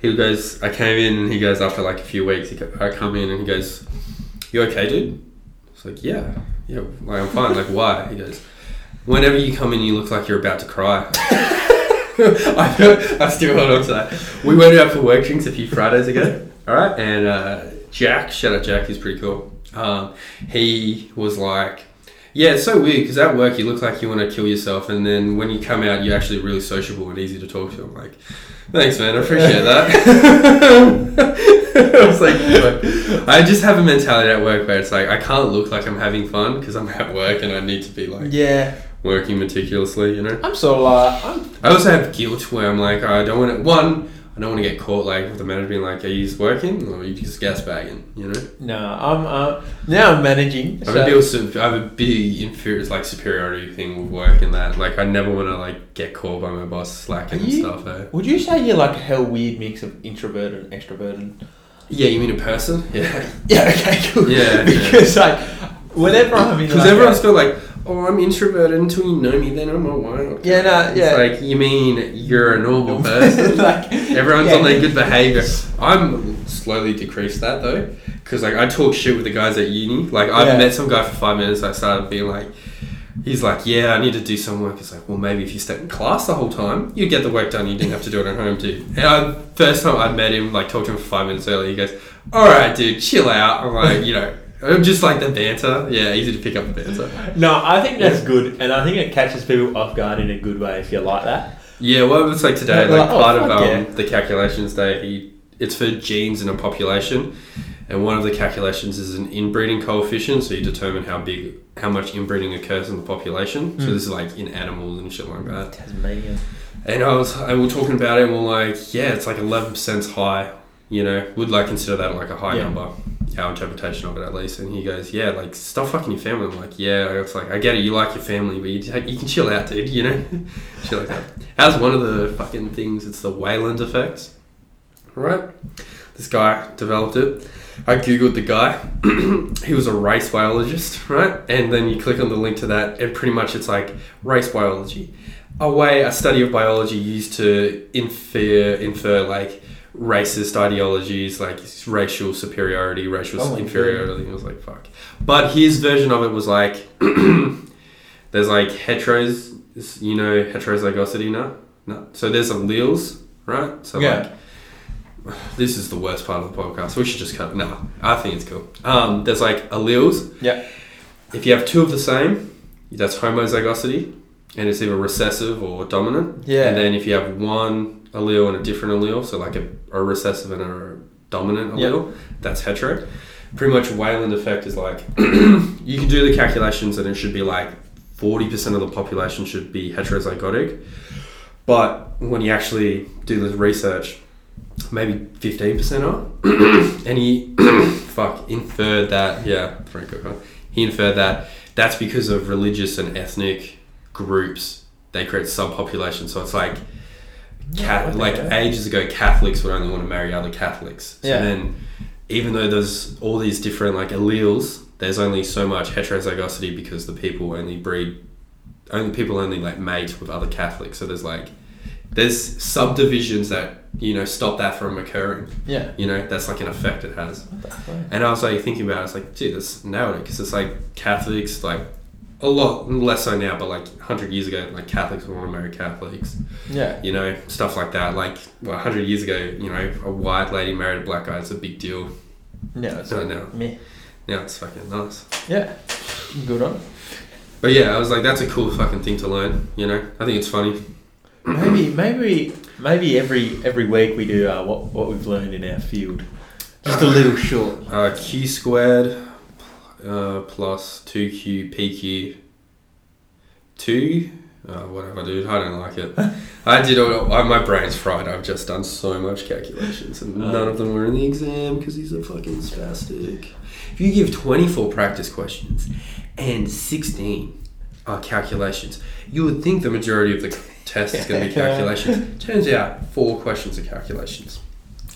he goes, I came in and he goes after like a few weeks, he go, I come in and he goes, "You okay, dude?" It's like, "Yeah, yeah, like I'm fine." like, why? He goes, "Whenever you come in, you look like you're about to cry." I, I still hold on to that. We went out for work drinks a few Fridays ago. All right, and uh, Jack, shout out Jack, he's pretty cool. Um, he was like, "Yeah, it's so weird because at work you look like you want to kill yourself, and then when you come out, you're actually really sociable and easy to talk to." I'm like, "Thanks, man, I appreciate that." I was like, "Fuck." I just have a mentality at work where it's like I can't look like I'm having fun because I'm at work and I need to be like yeah, working meticulously, you know. I'm sort of like I'm, I also have guilt where I'm like, I don't want to. One, I don't want to get caught like with the manager being like, "Are you just working or are you just gas bagging?" You know. no, I'm uh, now I'm managing. I have a so- deal. With, I have a big inferior, like superiority thing with work and that. Like, I never want to like get caught by my boss slacking Are and you- stuff. Eh? Would you say you're like a hell weird mix of introvert and extrovert? And Yeah, you mean a person? Yeah. yeah, okay, cool. Yeah, yeah. because like whenever I'm in, Because like, uh, everyone's a- feel like, oh, I'm introverted until you know me, then I'm a wild. Yeah, no, yeah. It's like you mean you're a normal person. like Everyone's yeah. on their good behavior. I'm slowly decreased that though, because like I talk shit with the guys at uni. Like I've Yeah. met some guy for five minutes. I started being like, he's like, yeah, I need to do some work. It's like, well, maybe if you stayed in class the whole time, you'd get the work done. You didn't have to do it at home, dude. And I, first time I met him, like talked to him for five minutes earlier. He goes, all right, dude, chill out. I'm like, you know, I'm just like the banter. Yeah, easy to pick up the banter. No, I think that's Yeah. good, and I think it catches people off guard in a good way if you like that. Yeah, well, it's like today, Yeah, like well, oh, part of fuck um, yeah. the calculations day, he, it's for genes in a population, and one of the calculations is an inbreeding coefficient, so you determine how big, how much inbreeding occurs in the population. So Mm. this is like in animals and shit like that. Tasmania. And I was, and we were talking about it, and we're like, yeah, it's like eleven percent high. You know, would like consider that like a high Yeah. number. our interpretation of it at least. And he goes, "Yeah, like stop fucking your family." I'm like, "Yeah." It's like I get it. You like your family, but you, you can chill out, dude. You know, shit like that. How's one of the fucking things? It's the Wayland effect, right? This guy developed it. I googled the guy. he was a race biologist, right? And then you click on the link to that, and pretty much it's like race biology, a way a study of biology used to infer infer like racist ideologies, like racial superiority, racial Oh my inferiority. I was like, fuck. But his version of it was like, there's like heteros, you know, heterozygosity now. No, so there's alleles, right? So Yeah. like this is the worst part of the podcast. We should just cut. No, I think it's cool. Um, there's like alleles. Yeah. If you have two of the same, that's homozygosity, and it's either recessive or dominant. Yeah. And then if you have one allele and a different allele, so like a, a recessive and a dominant Yeah. allele, that's hetero. Pretty much Wayland effect is like you can do the calculations, and it should be like forty percent of the population should be heterozygotic, but when you actually do the research maybe fifteen percent off, and he fuck inferred that yeah, Frank Coco. He inferred that that's because of religious and ethnic groups. They create subpopulations, so it's like, what cat, the like hell? ages ago, Catholics would only want to marry other Catholics. So Yeah. then, even though there's all these different like alleles, there's only so much heterozygosity because the people only breed, only people only like mate with other Catholics. So there's like, there's subdivisions that you know stop that from occurring. Yeah. You know, that's like an effect it has. And I was like thinking about it, I was like, dude, that's nailed it. Because it's like Catholics, like a lot less so now, but like 100 years ago, like Catholics would want to marry Catholics, Yeah. you know, stuff like that. Like well, 100 years ago, you know, a white lady married a black guy, it's a big deal. No, it's So now, me. now it's fucking nice. Yeah. Good on. But yeah, I was like, that's a cool fucking thing to learn, you know? I think it's funny. Maybe, maybe, maybe every every week we do uh, what what we've learned in our field. Just a little short. Uh, Q squared uh, plus 2Q PQ 2. Uh, whatever, dude. I don't like it. I did all. I, my brain's fried. I've just done so much calculations, and Uh. none of them were in the exam because he's a fucking spastic. If you give 24 practice questions and 16 are calculations, you would think the majority of the test is going to be calculations. Turns out four questions are calculations.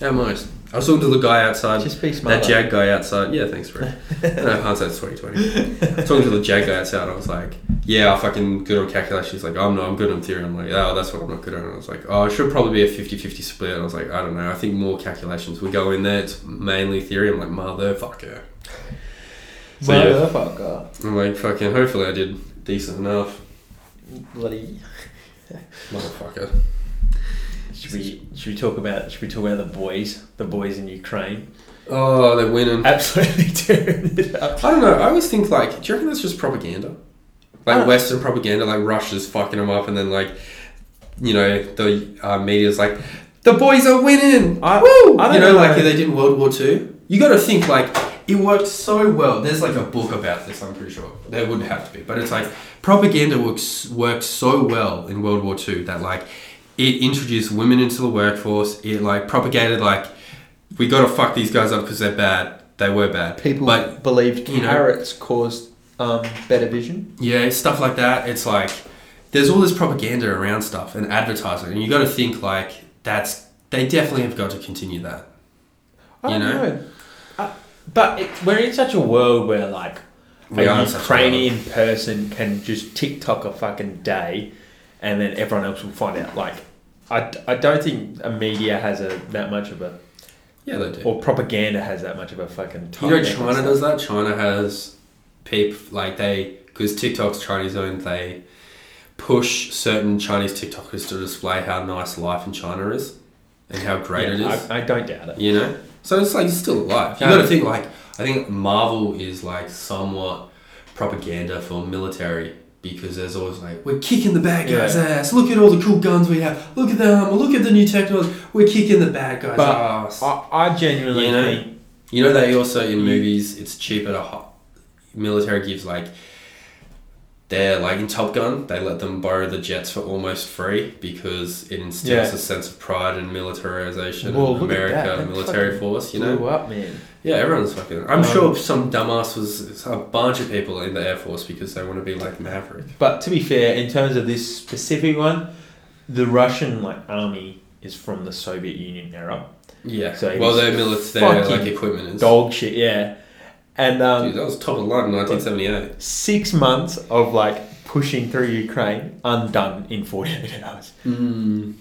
At most. I was talking to the guy outside Just be that smart. Jag guy outside, yeah, thanks, bro. no, hindsight's twenty twenty. Talking to the Jag guy outside, I was like, yeah, I'm fucking good on calculations. He's like, oh, no, I'm good on theory. I'm like, oh, that's what I'm not good on. I was like, oh, it should probably be a 50-50 split. And I was like, I don't know. I think more calculations would go in there. It's mainly theory. I'm like, motherfucker. So, yeah. Motherfucker. I'm like, fucking. Hopefully, I did decent enough, Bloody. motherfucker. Should we should we talk about should we talk about the boys the boys in Ukraine Oh, they're winning. I absolutely tearing it up. don't know. I always think like, do you reckon that's just propaganda? I Like don't- Western propaganda, like Russia's fucking them up, and then like, you know, the uh, media's like, the boys are winning. I- Woo! I don't you know, know. like they did in World War Two. You got to think like it worked so well. There's like a book about this. I'm pretty sure there would have to be, but it's like propaganda works works so well in World War Two that like it introduced women into the workforce. It like propagated like we got to fuck these guys up because they're bad. They were bad. People but believed you know- carrots caused um, better vision. yeah, stuff like that. It's like there's all this propaganda around stuff and advertising, and you got to think like that's they definitely have got to continue that. I don't You know? know. Uh, but it, we're in such a world where like We are a in such a Ukrainian person can just TikTok a fucking day, and then everyone else will find out. Like, I, I don't think a media has a that much of a Yeah, they do. or propaganda has that much of a fucking. You know, target and China stuff. does that. China has peep like they because TikTok's Chinese owned. They push certain Chinese TikTokers to display how nice life in China is and how great it is. Yeah, I, I don't doubt it. You know? So it's like it's still alive. You Yeah. gotta think like I think Marvel is like somewhat propaganda for military because there's always like we're kicking the bad guys' Yeah. ass. Look at all the cool guns we have. Look at the armor. Look at the new technology. We're kicking the bad guys' But ass. I, I genuinely You know? think You know they also in movies it's cheaper to hi- military gives like They're like in Top Gun, they let them borrow the jets for almost free because it instills Yeah. a sense of pride and militarization Well, in look at America, that. That military fucking force, you Blew know? up, man. Yeah, everyone's fucking. I'm Um, sure some dumbass was a bunch of people in the Air Force because they want to be like Maverick. But to be fair, in terms of this specific one, the Russian like army is from the Soviet Union era. Yeah. So he well, was their military like fucking equipment is. Dog shit, yeah. And um, Dude, that was top of the line in 1978. six months of like pushing through Ukraine undone in 48 hours. Hmm. Mm.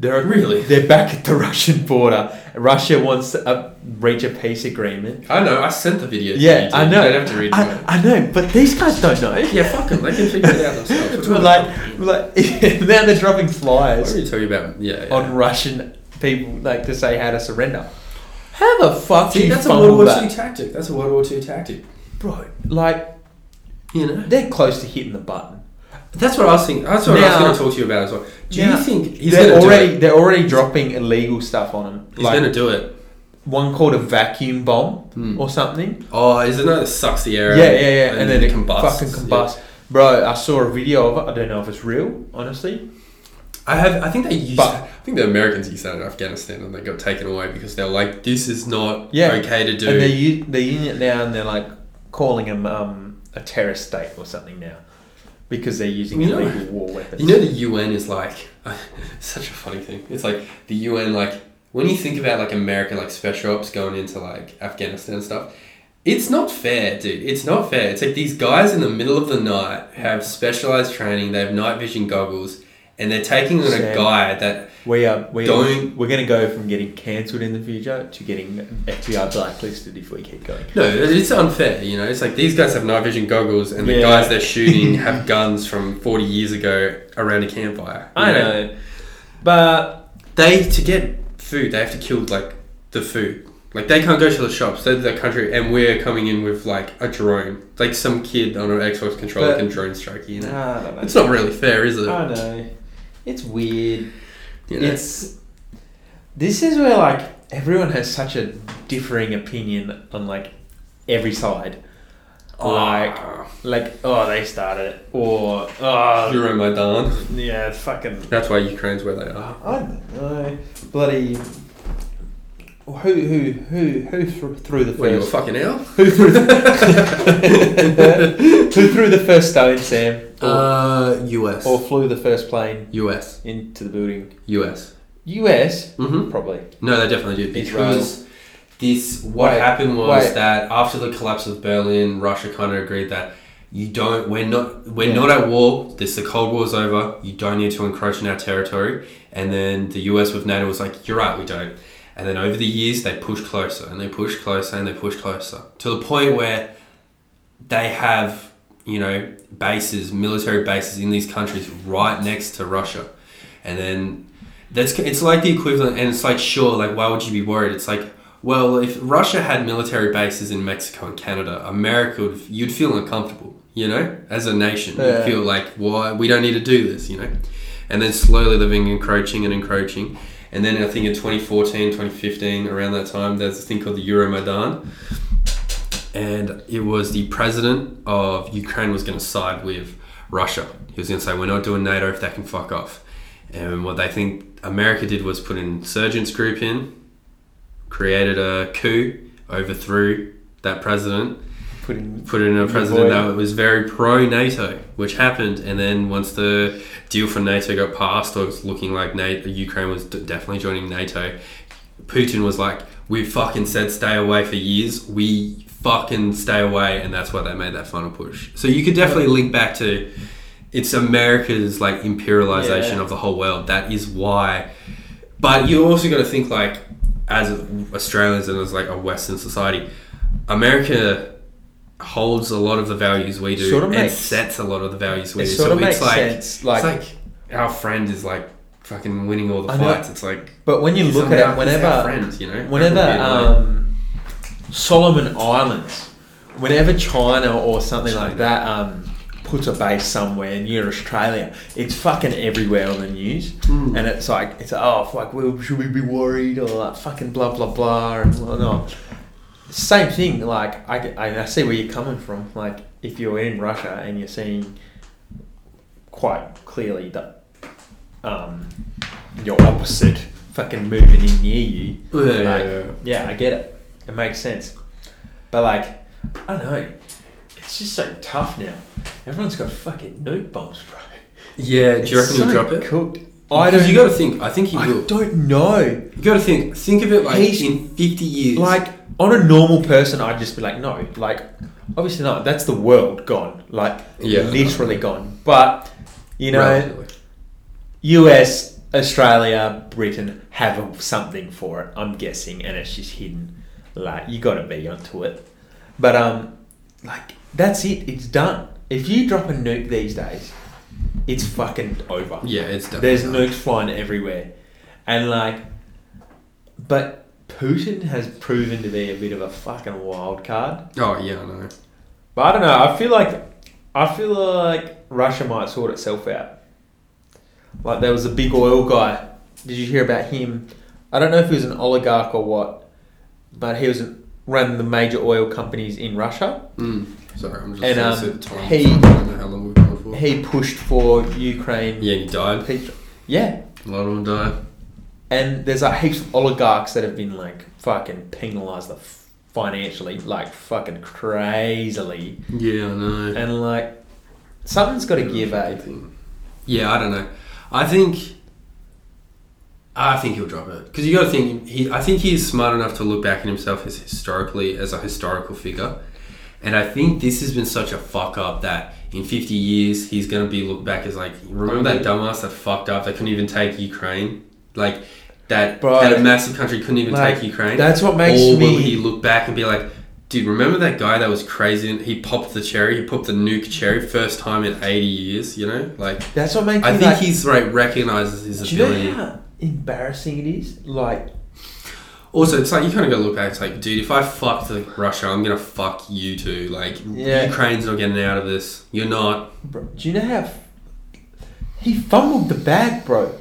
They're Really? they're back at the Russian border. Russia wants to uh, reach a peace agreement. I know. I sent the video. to you, Yeah, dude. I know. You don't have to read I, it. I know, but these guys don't know. Yeah, fuck them. They can figure it out themselves. But like, like now they're dropping what flyers are you talking about? Yeah. yeah. on Russian people like to say how to surrender. How the fuck do See, you that's a World fumble War that, II tactic. That's a World War II tactic. bro? Like You know. they're close to hitting the button. That's what I was thinking. That's what I Now- was going to talk to you about as well. Do Now- you think he's going to they're do already it? they're already dropping illegal stuff on them. He's going to do it. one called a vacuum bomb Hmm. or something. Oh, isn't that it sucks the air? Yeah, out yeah, yeah. And, then it combusts. fucking Yeah. combusts. Bro, I saw a video of it. I don't know if it's real, honestly. I have. I think they used. But- I think the Americans used that in Afghanistan, and they got taken away because they were like, "This is not Yeah. okay to do." And they're, u- they're using it now and they're like calling them um, a terrorist state or something now because they're using You know- illegal war weapons. you know, the UN is like such a funny thing. It's like the UN, like when you think about like America, like special ops going into like Afghanistan and stuff. It's not fair, dude. It's not fair. It's like these guys in the middle of the night have specialized training. They have night vision goggles, and they're taking on a Sam. guy that we are we uh, Don't- we're going to go from getting cancelled in the future to getting FBI blacklisted if we keep going. No, it's unfair, you know. It's like these guys have night vision goggles, and the Yeah. guys they're shooting have guns from 40 years ago around a campfire. you I know, but They, to get food, they have to kill, like, the food. Like, they can't go to the shops, they're the country, and we're coming in with, like, a drone. Like, some kid on an Xbox controller But- can drone strike, you know. I don't know. It's not really fair, is it? I know. It's weird. You know? It's this is where like everyone has such a differing opinion on like every side. Like Ah, like oh they started it or oh Euro Maidan. yeah fucking That's why Ukraine's where they are. I don't know bloody who who who who thr- threw the Where you're first fucking out? who threw the, who threw the first stone Sam or, Uh, US. or flew the first plane US. into the building US. U.S. Mm-hmm. probably No, they definitely did Israel. because this what Wait, happened was wait. that after the collapse of Berlin, Russia kind of agreed that you don't we're not we're Yeah. not at war. This the Cold War's over. You don't need to encroach on our territory. And then the US with NATO was like, you're right, we don't. And then over the years, they pushed closer and they pushed closer and they pushed closer to the point where they have you know bases, military bases in these countries right next to Russia, and then that's it's like the equivalent, and it's like sure, like why would you be worried? It's like well, if Russia had military bases in Mexico and Canada, America would you'd feel uncomfortable, you know, as a nation, Yeah. you'd feel like why we don't need to do this, you know, and then slowly living encroaching and encroaching. And then I think in 2014, 2015, around that time, there's this thing called the Euromaidan, and it was the president of Ukraine was going to side with Russia. He was going to say, "We're not doing NATO if that can fuck off." And what they think America did was put an insurgents group in, created a coup, overthrew that president, put in put in a Good president boy. that was very pro NATO, which happened. And then once the deal for NATO got passed, or it was looking like NATO, Ukraine was d- definitely joining NATO, Putin was like, "We fucking said stay away for years. We fucking stay away," and that's why they made that final push. So you could definitely link back to it's America's like imperialization Yeah. of the whole world. That is why. But you also got to think like as Australians and as like a Western society, America holds a lot of the values we do Sort of and makes- sets a lot of the values we It do. sort so of makes it's like, sense, it's like- like our friend is like fucking winning all the I know. fights. It's like But when you he's look our- at he's our it, whenever friend, you know, whenever That would be annoying. um, Solomon Islands, whenever China or something China. like that um, puts a base somewhere near Australia, it's fucking everywhere on the news, Mm. and it's like it's oh fuck, well, should we be worried or like fucking blah blah blah and whatnot. Same thing, like I, I I see where you're coming from. Like if you're in Russia and you're seeing quite clearly that um, your opposite fucking moving in near you. Yeah, yeah, Like, yeah. yeah, I get it. It makes sense. But like, I don't know. It's just so tough now. Everyone's got fucking nuke bombs, bro. Yeah, do you reckon It's he'll so drop it? Cooked. I I don't. don't. You got to think. I think he I will. don't know. You got to think. Think of it like He's- in fifty years. Like on a normal person, I'd just be like, no. Like, obviously not. That's the world gone. Like, Yeah. literally gone. But you know, Relatively. U.S., Australia, Britain have a- something for it. I'm guessing, and it's just hidden. Like you got to be onto it, but um, like that's it. It's done. If you drop a nuke these days, it's fucking over. yeah, it's definitely. There's not. nukes flying everywhere, and like, but Putin has proven to be a bit of a fucking wild card. Oh yeah, I know. But I don't know. I feel like I feel like Russia might sort itself out. Like there was a big oil guy. Did you hear about him? I don't know if he was an oligarch or what, but he was ran the major oil companies in Russia. Mm. Sorry, I'm just. And, gonna um, sit time. he- I don't know how long we've gone for. He pushed for Ukraine. yeah, he died. Petro- Yeah. A lot of them died. And there's like heaps of oligarchs that have been like fucking penalised the f- financially, like fucking crazily, Yeah, I know. and like something's got to give, eh? Yeah, I don't know. I think. I think he'll drop it because you got to think. He, I think he's smart enough to look back at himself as historically as a historical figure, and I think this has been such a fuck up that in fifty years he's going to be looked back as like remember that dumbass that fucked up that couldn't even take Ukraine, like that Bro, that a massive country couldn't even like, take Ukraine. that's what makes or will me- he look back and be like, dude, remember that guy that was crazy and he popped the cherry, he popped the nuke cherry first time in eighty years, you know, like. That's what makes I me think like, he's right recognizes his Do you ability. know how embarrassing it is? Like, Also, it's like you kind of got to look back. It's like, dude, if I fucked like, Russia, I'm gonna fuck you too. Like, Yeah. Ukraine's not getting out of this. You're not. bro, do you know how f- he fumbled the bag, bro?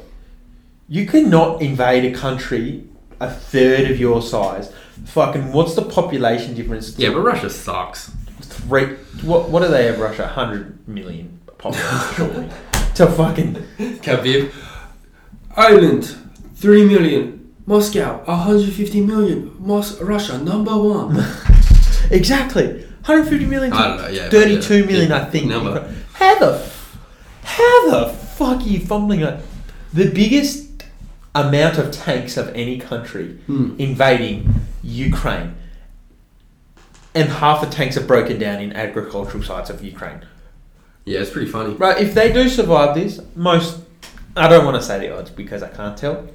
You cannot invade a country a third of your size. Fucking, what's the population difference? Yeah, but Russia sucks. Three. What? What do they have? Russia, hundred million population, surely. To fucking Khabib, Ireland, three million. Moscow, 150 million. Mos- Russia, number one. exactly, hundred fifty million. I don't know, yeah, but yeah, Thirty-two million, big I think. number. How the, f- how the fuck are you fumbling it? The biggest amount of tanks of any country Hmm. invading Ukraine, and half the tanks are broken down in agricultural sites of Ukraine. Yeah, it's pretty funny. Right, if they do survive this, most I don't want to say the odds because I can't tell.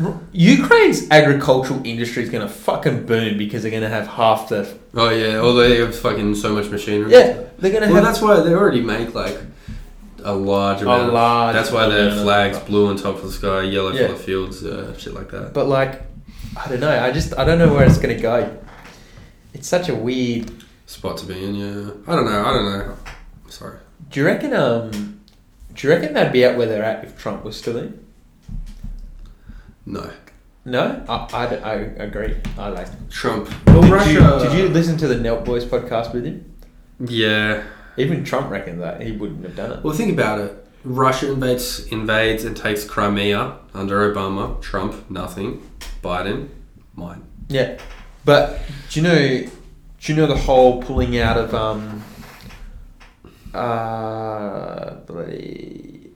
R- Ukraine's agricultural industry is going to fucking boom because they're going to have half the Oh yeah, although they have fucking so much machinery. yeah they're going to Well, have that's why they already make like a large amount. of- large That's why their amount of- flags blue on top of the sky, yellow Yeah. for the fields, uh, shit like that. But like, I don't know. I just I don't know where it's gonna go. It's such a weird. Spot to be in, yeah. I don't know. I don't know. Sorry. Do you reckon? Um, do you reckon they'd be out where they're at if Trump was still in? No. No, I, I, I agree. I like. Trump. did You, uh, did you listen to the Nelt Boys podcast with him? Yeah. Even Trump reckoned that he wouldn't have done it. Well, think about it. Russia invades, invades and takes Crimea under Obama. Trump, nothing. Biden, mine. Yeah, but do you know? Do you know the whole pulling out of um. Uh, bloody.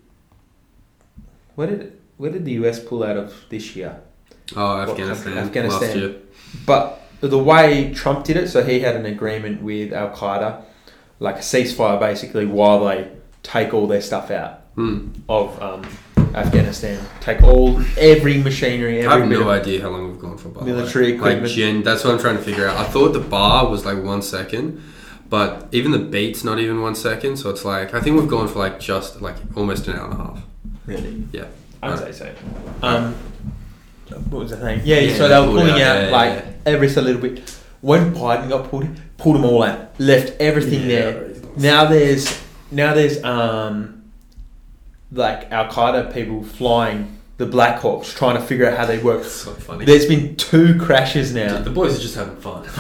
Where did where did the US pull out of this year? Oh, What Afghanistan. country? Afghanistan. Last year. But the way Trump did it, so he had an agreement with Al Qaeda, like a ceasefire basically, while they take all their stuff out Hmm. of um, Afghanistan, take all every machinery, I every have bit no of- idea how long we've gone for. By the way. Military Like equipment. gen, that's what I'm trying to figure out. I thought the bar was like one second, but even the beat's not even one second. So it's like I think we've gone for like just like almost an hour and a half. really. Yeah. I'd say so. Um, what was the thing? Yeah, Yeah, so they they were pulled pulling out, out, yeah, yeah, like yeah. every so little bit. When Biden got pulled, pulled them all out, left everything there. Now there's now there's um like Al Qaeda people flying the Black Hawks trying to figure out how they work. It's so funny. There's been two crashes now. the boys are just having fun.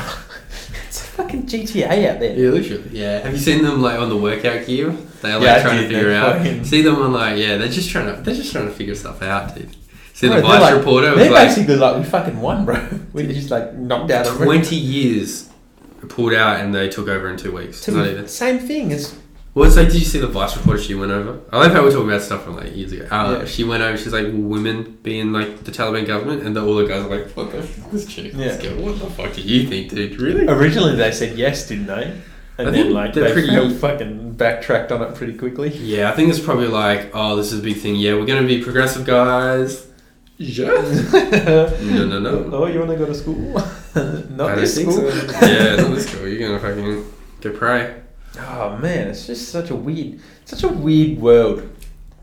It's fucking GTA out there. Yeah, literally. Yeah. Have you seen them like on the workout gear? They're like Yeah, I trying did, to figure they're out. fucking- See them on like yeah, they're just trying to they're just trying to figure stuff out, dude. See Bro, the they're Vice like- reporter was They're like basically like, we fucking won, bro. We just like knocked out a twenty years pulled out and they took over in two weeks. Not even. Same thing as Well, it's like, did you see the Vice reporter? She went over. I love how we talk about stuff from like years ago. Uh, Yeah. She went over. She's like women being like the Taliban government, and the, all the guys are like, "Fuck this, this chick, this girl. What the fuck do you think, dude? Really?" originally they said yes, didn't they? And I then think like they're they pretty- pretty fucking backtracked on it pretty quickly. Yeah, I think it's probably like, oh, this is a big thing. Yeah, we're gonna be progressive guys. Yeah. No, no, no. Oh, you want to go to school? Not I this don't school. think so. yeah, not this school. You're gonna fucking get prey. Oh man, it's just such a weird, such a weird world.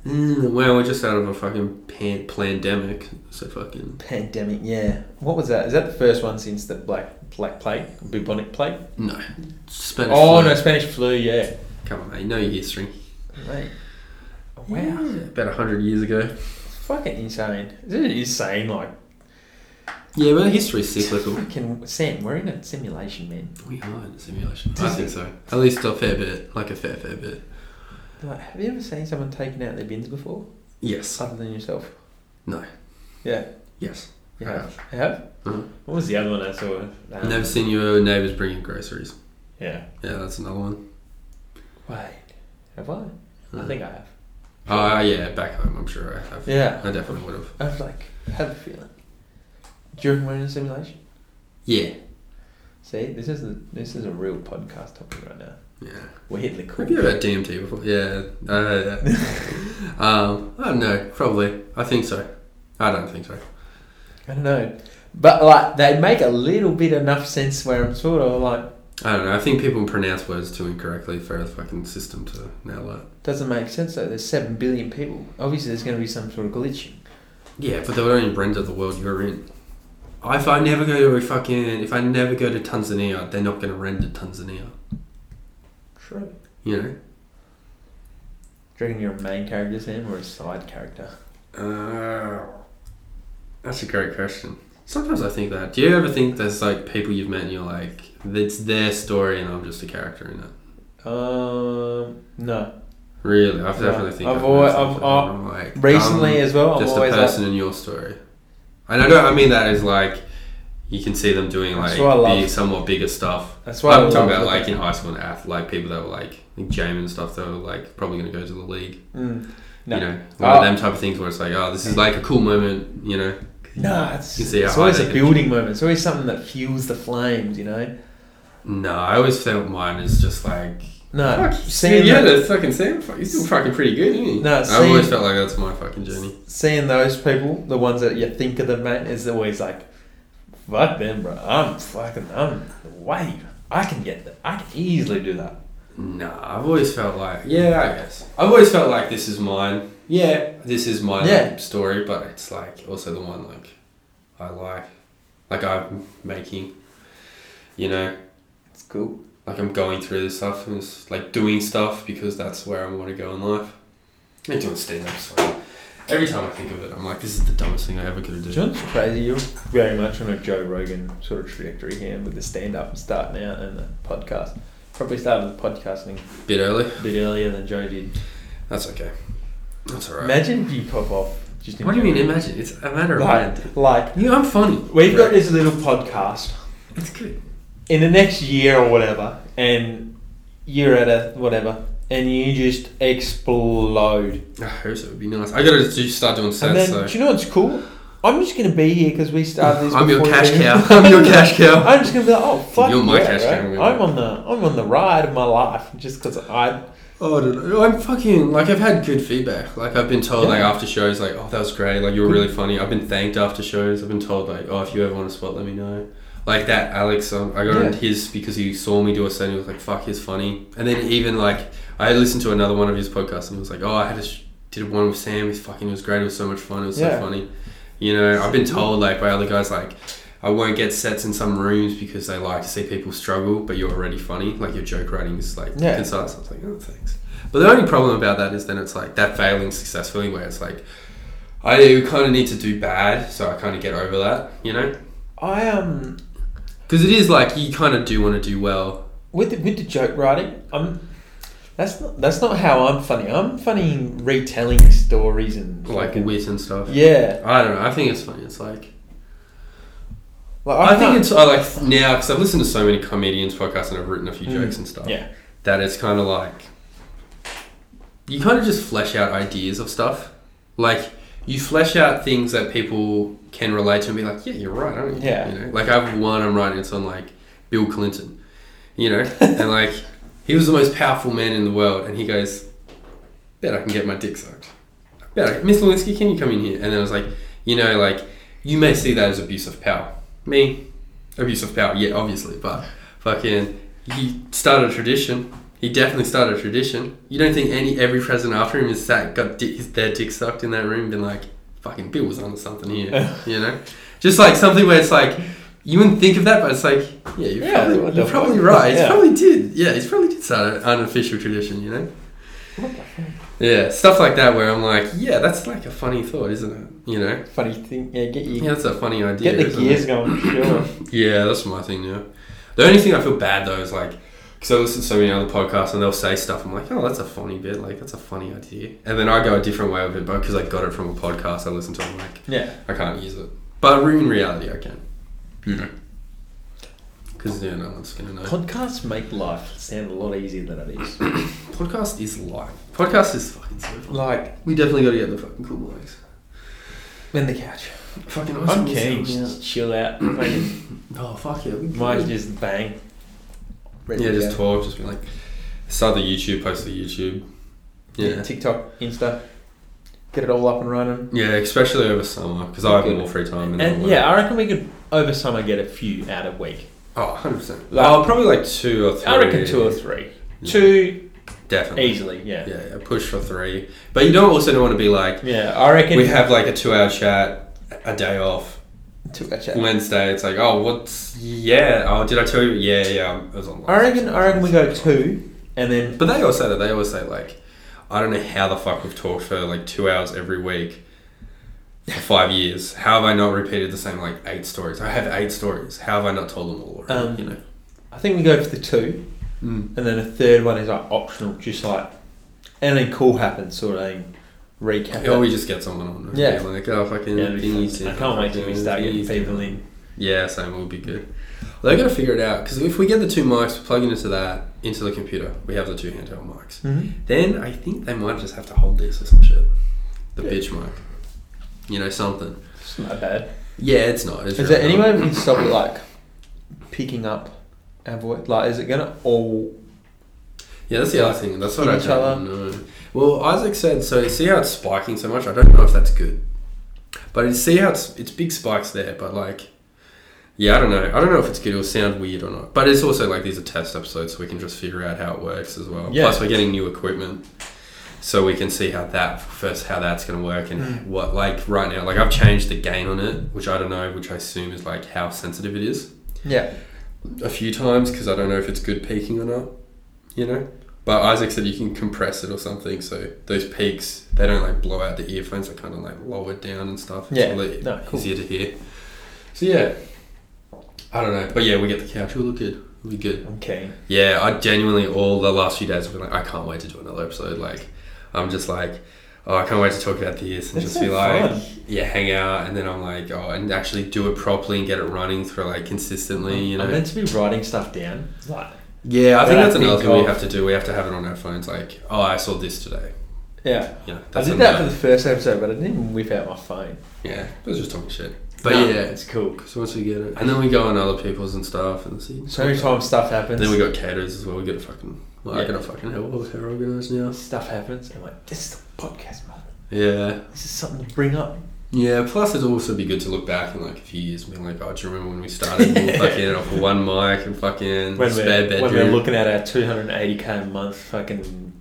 Mm, well, we're just out of a fucking pan- pandemic, so fucking Pandemic, yeah. What was that? Is that the first one since the black black plague, bubonic plague? no. Spanish. oh flu. no, Spanish flu, yeah. Come on, mate. No your history. Mate, wow, About hundred years ago. fucking insane. Isn't it insane? Like Yeah, but history's cyclical. fucking Sam, we're in a simulation, man. We are in a simulation. I think so. At least a fair bit, like a fair fair bit. Like, have you ever seen someone taking out their bins before, Yes. other than yourself? No. Yeah. Yes. Yeah. I have. I have. Mhm. What was the other one I saw? Um, Never seen your neighbours bringing groceries. Yeah. Yeah, that's another one. Wait. Have I? I think I have. Ah, yeah, back home, I'm sure I have. Yeah. I definitely would have. I was like, I have a feeling. During we're in a simulation. Yeah. See, this is a, this is a real podcast topic right now. Yeah. We're hitting the cool. Have you heard about DMT before? Yeah. Uh, yeah. um, I don't know. Probably. I think so. I don't think so. I don't know, but like they make a little bit enough sense where I'm sort of like I don't know. I think people pronounce words too incorrectly for the fucking system to nail it. doesn't make sense though. There's seven billion people. Obviously, there's going to be some sort of glitching. Yeah, but they would only render the world you're in. If I never go to a fucking, if I never go to Tanzania, they're not going to render Tanzania. True. You know. Do you reckon you're a main character, Sam, or a side character? Uh, that's a great question. Sometimes I think that. Do you ever think there's like people you've met and you're like, it's their story and I'm just a character in it? Um, no. Really, I've No, definitely think I've met always- stuff I've- like that where I'm like Recently, I'm as well, I'm just a always like, person in your story. And I don't. I mean that is like you can see them doing That's like what I love. big, somewhat bigger stuff. that's why I'm I talking love about like looking- in high school and ath- like people that were like, like Jamin and stuff that were like probably going to go to the league. Mm. No. You know, one Oh. of them type of things where it's like, oh, this is like a cool moment. You know, No, it's, You see how it's high always they a can- building moment. It's always something that fuels the flames, you know? No, I always felt mine is just like. No, Fuck, seeing, yeah, tho- that's fucking Sam. Fuck, He's still fucking pretty good, isn't he? No, I always see- felt like that's my fucking journey. seeing those people, the ones that you think of them, mate, is always like, fuck them, bro. I'm fucking, I'm the wave. I can get that. I can easily do that. Nah, I've always felt like yeah, I guess I've always felt like this is mine. Yeah, this is my like, Yeah. story, but it's like also the one like I like, like I'm making. You know, It's cool. like I'm going through this stuff and it's like doing stuff because that's where I want to go in life. I'm doing stand up. So every time I think of it, I'm like, this is the dumbest thing I ever could have done. John's crazy. You're very much on a Joe Rogan sort of trajectory here with the stand up and starting out and the podcast. Probably started with podcasting Bit early. a bit earlier than Joe did. That's okay. That's alright. Imagine if you pop off. Just in what do you mean? general. Imagine it's a matter of mind. Like, like You, I'm funny. we've got this little podcast It's good. in the next year or whatever, and you're at a whatever, and you just explode. I hope so. It would be nice. I gotta do, start doing and sets. then, So. do you know what's cool? I'm just gonna be here because we started this. I'm your before cash you. cow. I'm your cash cow. I'm just gonna be like, oh fuck, You're my yeah, cash right? cow, really. I'm on the I'm on the ride of my life just because I Oh, I don't know. I'm fucking like I've had good feedback. Like I've been told like Yeah. after shows like oh that was great. Like you were really funny. I've been thanked after shows. I've been told like oh if you ever want a spot let me know. Like that Alex, um, I got on Yeah. his because he saw me do a set. and He was like fuck, he's funny. And then even like I listened to another one of his podcasts and he was like oh I had a sh- did one with Sam. He's fucking it was great. It was so much fun. It was Yeah. so funny. You know I've been told like by other guys like. I won't get sets in some rooms because they like to see people struggle, but you're already funny. Like your joke writing is like Yeah. concise. I was like, oh, thanks. But the only problem about that is then it's like that failing successfully, where it's like I kind of need to do bad, so I kind of get over that, you know? I um Because it is like you kind of do want to do well. with the, with the joke writing, I'm. That's not that's not how I'm funny. I'm funny in retelling stories and Like fucking- wit and stuff. Yeah, I don't know. I think it's funny. It's like like I, think can't- it's I like now because I've listened to so many comedians podcasts and I've written a few Mm. jokes and stuff. Yeah. that it's kind of like you kind of just flesh out ideas of stuff. Like you flesh out things that people can relate to and be like, yeah, you're right, aren't you? Yeah. You know, like I have one I'm writing. It's on like Bill Clinton, you know, and like he was the most powerful man in the world, and he goes, "Bet I can get my dick sucked." Bet I, Miss Lewinsky, can you come in here? And then I was like, you know, like you may see that as abuse of power. Me, abuse of power, yeah, obviously, but fucking, he started a tradition. He definitely started a tradition. You don't think any every president after him has sat got dick, his, their dick sucked in that room, and been like, "Fucking Bill was onto something here," you know? Just like something where it's like you wouldn't think of that, but it's like, yeah, you're Yeah, what probably, the you're probably fuck? right. He's Yeah. probably did. Yeah, he's probably did start an unofficial tradition, you know? Yeah, stuff like that where I'm like, yeah, that's like a funny thought, isn't it? You know? funny thing. Yeah, get you Yeah, that's a funny idea. get the isn't it? gears going. Sure. Yeah, that's my thing. Yeah, the only thing I feel bad though is like because I listen to so many other podcasts and they'll say stuff. I'm like, oh, that's a funny bit. Like that's a funny idea. And then I go a different way of it, but because I got it from a podcast, I listen to. it, I'm like, Yeah. I can't use it. But in reality, I can. You know. Because yeah, no one's gonna know. Podcasts make life sound a lot easier than it is. podcast is life. Podcast is fucking so fun. like We definitely got to get the fucking cool boys. in the couch. Fucking awesome. I'm keen. Just chill out. Fucking Oh fuck yeah. we might could. just bang. Ready Yeah, to just go. talk. Just be like, start the YouTube, post the YouTube. Yeah. TikTok, Insta, get it all up and running. Yeah, especially over summer because I have Good. more free time. And, And all yeah, that. I reckon we could over summer get a few out a week. oh, 100 percent. Like- oh, probably like two or three. I reckon two or three. Yeah. Two Definitely. easily, yeah. Yeah, yeah, push for three. But you don't also don't want to be like Yeah, I reckon we have like a two-hour chat, a day off. two actually. Wednesday, it's like oh, what's yeah? Oh, did I tell you? Yeah, yeah, um, it was on. I reckon I reckon we go two and then But they always say that. They always say like, I don't know how the fuck we've talked for like two hours every week for five years. How have I not repeated the same like eight stories? I have eight stories. How have I not told them all? Already, Um, you know. I think we go for the two Mm. and then a third one is like optional, just like and then cool happens sort of thing. Recap. Or we it. just get someone on. and Yeah. be Like oh fucking. Yeah, it'd be thingies, fun. I can't wait till we start getting thingies. people in. Yeah, same. We'll be good. Well, they got to figure it out because if we get the two mics plugging into that into the computer, we have the two handheld mics. Mm-hmm. Then I think they might just have to hold this or some shit. The Yeah. bitch mic. You know something. It's not bad. Yeah, it's not. It's Is really there any way we can stop it like picking up our voice? Like, is it gonna all? Yeah, that's the other thing. That's what In I each don't know. Well, Isaac said, so see how it's spiking so much? I don't know if that's good. But it's, see how it's, it's big spikes there, but like, yeah, I don't know. I don't know if it's good. It'll sound weird or not. But it's also like these are test episodes, so we can just figure out how it works as well. Yeah. Plus, we're getting new equipment. So we can see how that first how that's gonna work and Mm. what like right now like I've changed the gain on it which I don't know which I assume is like how sensitive it is Yeah, a few times because I don't know if it's good peaking or not, you know. But Isaac said you can compress it or something, so those peaks they don't like blow out the earphones. They kind of like lower it down and stuff. Yeah. it's really No, cool. easier to hear. So yeah, I don't know, but yeah, we get the couch. We'll look good. We'll be good. I'm keen. Yeah, I genuinely all the last few days have been like, I can't wait to do another episode. Like, I'm just like, oh, I can't wait to talk about this and just That's so be like, fun. yeah, hang out, and then I'm like, oh, and actually do it properly and get it running through like consistently, you know. I'm meant to be writing stuff down. Like, Yeah, I But think I that's another think thing we of- have to do. We have to have it on our phones. Like, oh, I saw this today. yeah, You know, I that's did that for another- the first episode, but I didn't even whip out my phone. yeah, it was just talking shit. But No, yeah, it's cool. so once we get it, and then we go on other people's and stuff, and see. So many times stuff happens. And then we got caterers as well. We got a fucking. Well, I Yeah. got a fucking hell of her organised now. stuff happens. and I'm like, this is the podcast moment. Yeah, This is something to bring up. Mm, yeah. Plus, it'd also be good to look back in like a few years and be like, oh, do you remember when we started? We were fucking off of one mic and fucking When spare we're, when we're bedroom. looking at our 280k a month fucking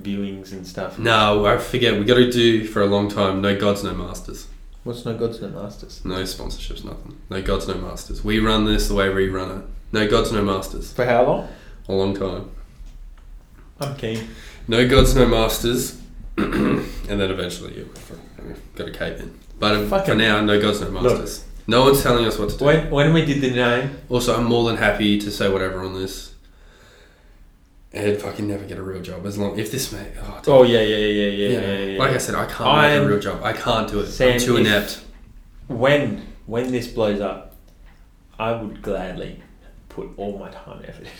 viewings and stuff. no, I forget. We got to do for a long time. No gods, no masters. What's no gods no masters? No sponsorships, nothing. No gods, no masters. We run this the way we run it. No gods, no masters. For how long? A long time. I'm keen. No gods, no masters. and then eventually, yeah, we've got a cape in. But um, for Fucking- now, no gods, no Look. masters. No one's telling us what to do. When, when we did the name, Also, I'm more than happy to say whatever on this. And fucking never get a real job as long if this mate. Oh, dude. oh yeah, yeah, yeah, yeah, yeah. yeah, yeah, Like I yeah. said, I can't I'm- make a real job. I can't do it. Sam, I'm too if- inept. when when this blows up, I would gladly put all my time and effort. in.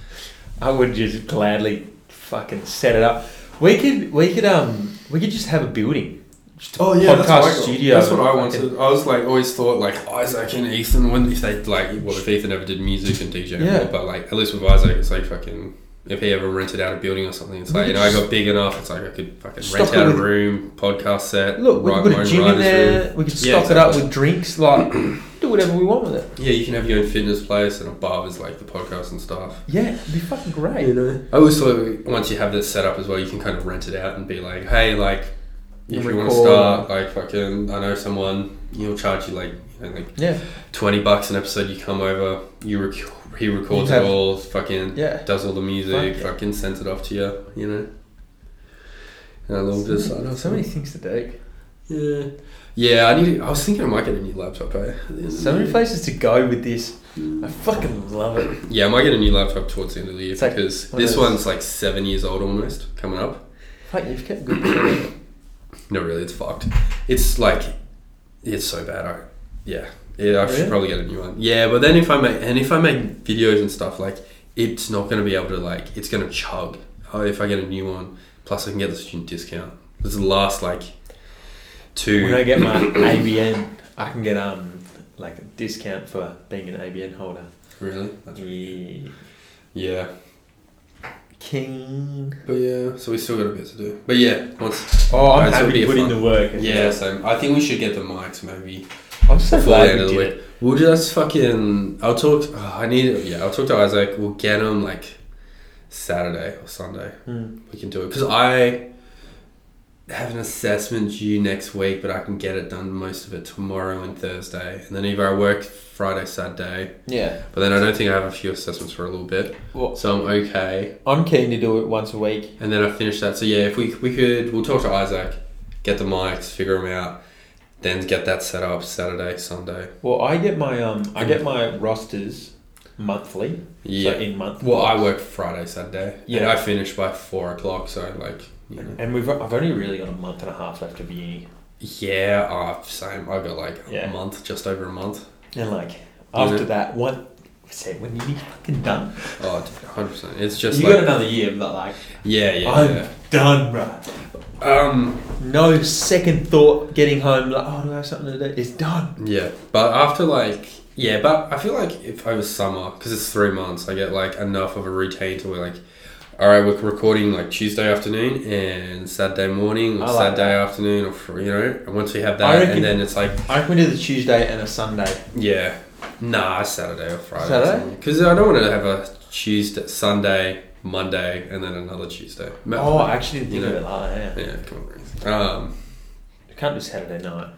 I would just gladly fucking set it up. We could we could um we could just have a building. Just a Oh yeah, podcast that's what I got. studio. That's what I Fucking- wanted. I was like always thought like Isaac and Ethan when if they like what if Ethan ever did music and DJ, Yeah. but like at least with Isaac it's like fucking if he ever rented out a building or something, it's We like you could know I just- got big enough. It's like I could fucking Stock rent it out a with- room, podcast set, Look, we write could put my a own gym in writer's there. room. We could stock Yeah, it up exactly. with drinks. Like, do whatever we want with it. Yeah, you can have your own fitness place and a bar is like the podcast and stuff. Yeah, it'd be fucking great. I always thought once you have that set up as well, you can kind of rent it out and be like, hey, like You if you want to record. start, like fucking, I know someone, he'll charge you like you know, like Yeah, 20 bucks an episode, you come over, you rec- he records You have- it all, fucking yeah. does all the music, Fuck yeah. fucking sends it off to you, you know? And a little bit of side Mm, So many things to do. Yeah. Yeah, I need. I was thinking I might get a new laptop, eh? So many places to go with this. I fucking love it. Yeah, I might get a new laptop towards the end of the year It's like because one of this those- one's like seven years old almost, coming up. Fuck, you've kept good. No, really, it's fucked. It's like, it's so bad. I, yeah, yeah. I should Really? probably get a new one. Yeah, but then if I make and if I make videos and stuff, like it's not gonna be able to like it's gonna chug. Oh, if I get a new one, plus I can get the student discount. This is the last like two. When I get my ABN, I can get um like a discount for being an ABN holder. really? Yeah. Yeah, King. but yeah. So we still got a bit to do. But yeah, once. Oh, I'm That's gonna happy be to put fun. in the work. Yeah, so I think we should get the mics maybe. I'm so Before the glad end we of the did week. it. We'll just fucking. I'll talk. oh, I need. Yeah, I'll talk to Isaac. We'll get him like Saturday or Sunday. Hmm. We can do it because I have an assessment due next week, but I can get it done most of it tomorrow and Thursday, and then either I work Friday, Saturday, Yeah. but then I don't think I have a few assessments for a little bit, Well, so I'm okay. I'm keen to do it once a week. And then I finish that. So yeah, if we we could, we'll talk to Isaac, get the mics, figure them out, then get that set up Saturday, Sunday. Well, I get my um I get my rosters monthly. Yeah. So in month. Well, I work Friday, Saturday. Yeah. Yeah. I finish by four o'clock, so like, you know. And we've I've only really got a month and a half left of uni. Yeah, uh, same. I've got like a Yeah. month, just over a month. And like Yeah. after that, one say when uni fucking done. Oh, dude, 100%. It's just you like. got another year, but like yeah, yeah, I'm done, bro. yeah. Um, No second thought getting home, like, oh, do I have something to do? It's done. yeah. But after like. Yeah, but I feel like if over summer, because it's three months, I get like enough of a routine to where like. All right, we're recording like Tuesday afternoon and Saturday morning, or I like Saturday that. afternoon, or fr- you know. And once we have I that, reckon- and then it's like I can do the Tuesday and a Sunday. Yeah. Nah, Saturday or Friday. Saturday? Because I don't want to have a Tuesday, Sunday, Monday, and then another Tuesday. Ma- Oh, I actually didn't You think of it like that. Yeah. Yeah, come on. Reece. Um, You can't do Saturday night.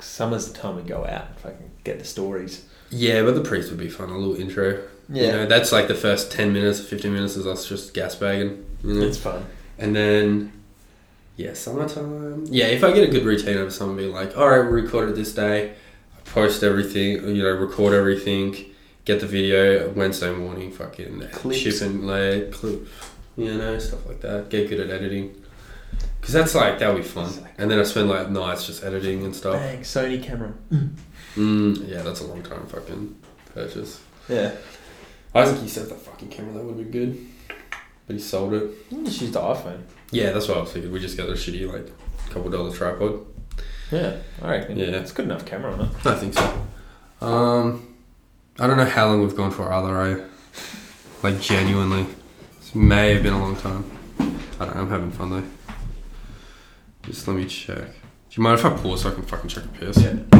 Summer's the time we go out and fucking get the stories. yeah, but the priest would be fun. A little intro. Yeah, You know, that's like the first 10 minutes, 15 minutes is us just gas bagging. You know? it's fun. And then, yeah, summertime. Yeah, if I get a good routine over summer, being like, all right, we recorded this day, I post everything, you know, record everything, get the video Wednesday morning, fucking Clips. chip and lay, clip, you know, stuff like that. Get good at editing. Because that's like, that would be fun. And then I spend like nights just editing and stuff. Bang, Sony camera. Mm, yeah, that's a long time fucking purchase. Yeah. I think he said that fucking camera, that would have been good. But he sold it. You can just use the iPhone. Yeah, that's what I was thinking. We just got a shitty, like, couple dollar tripod. Yeah, I reckon. Yeah. It's good enough camera on it. I think so. Um, I don't know how long we've gone for either. I like genuinely, this may have been a long time. I don't. know, I'm having fun though. Just let me check. Do you mind if I pause so I can fucking check a piss? Yeah.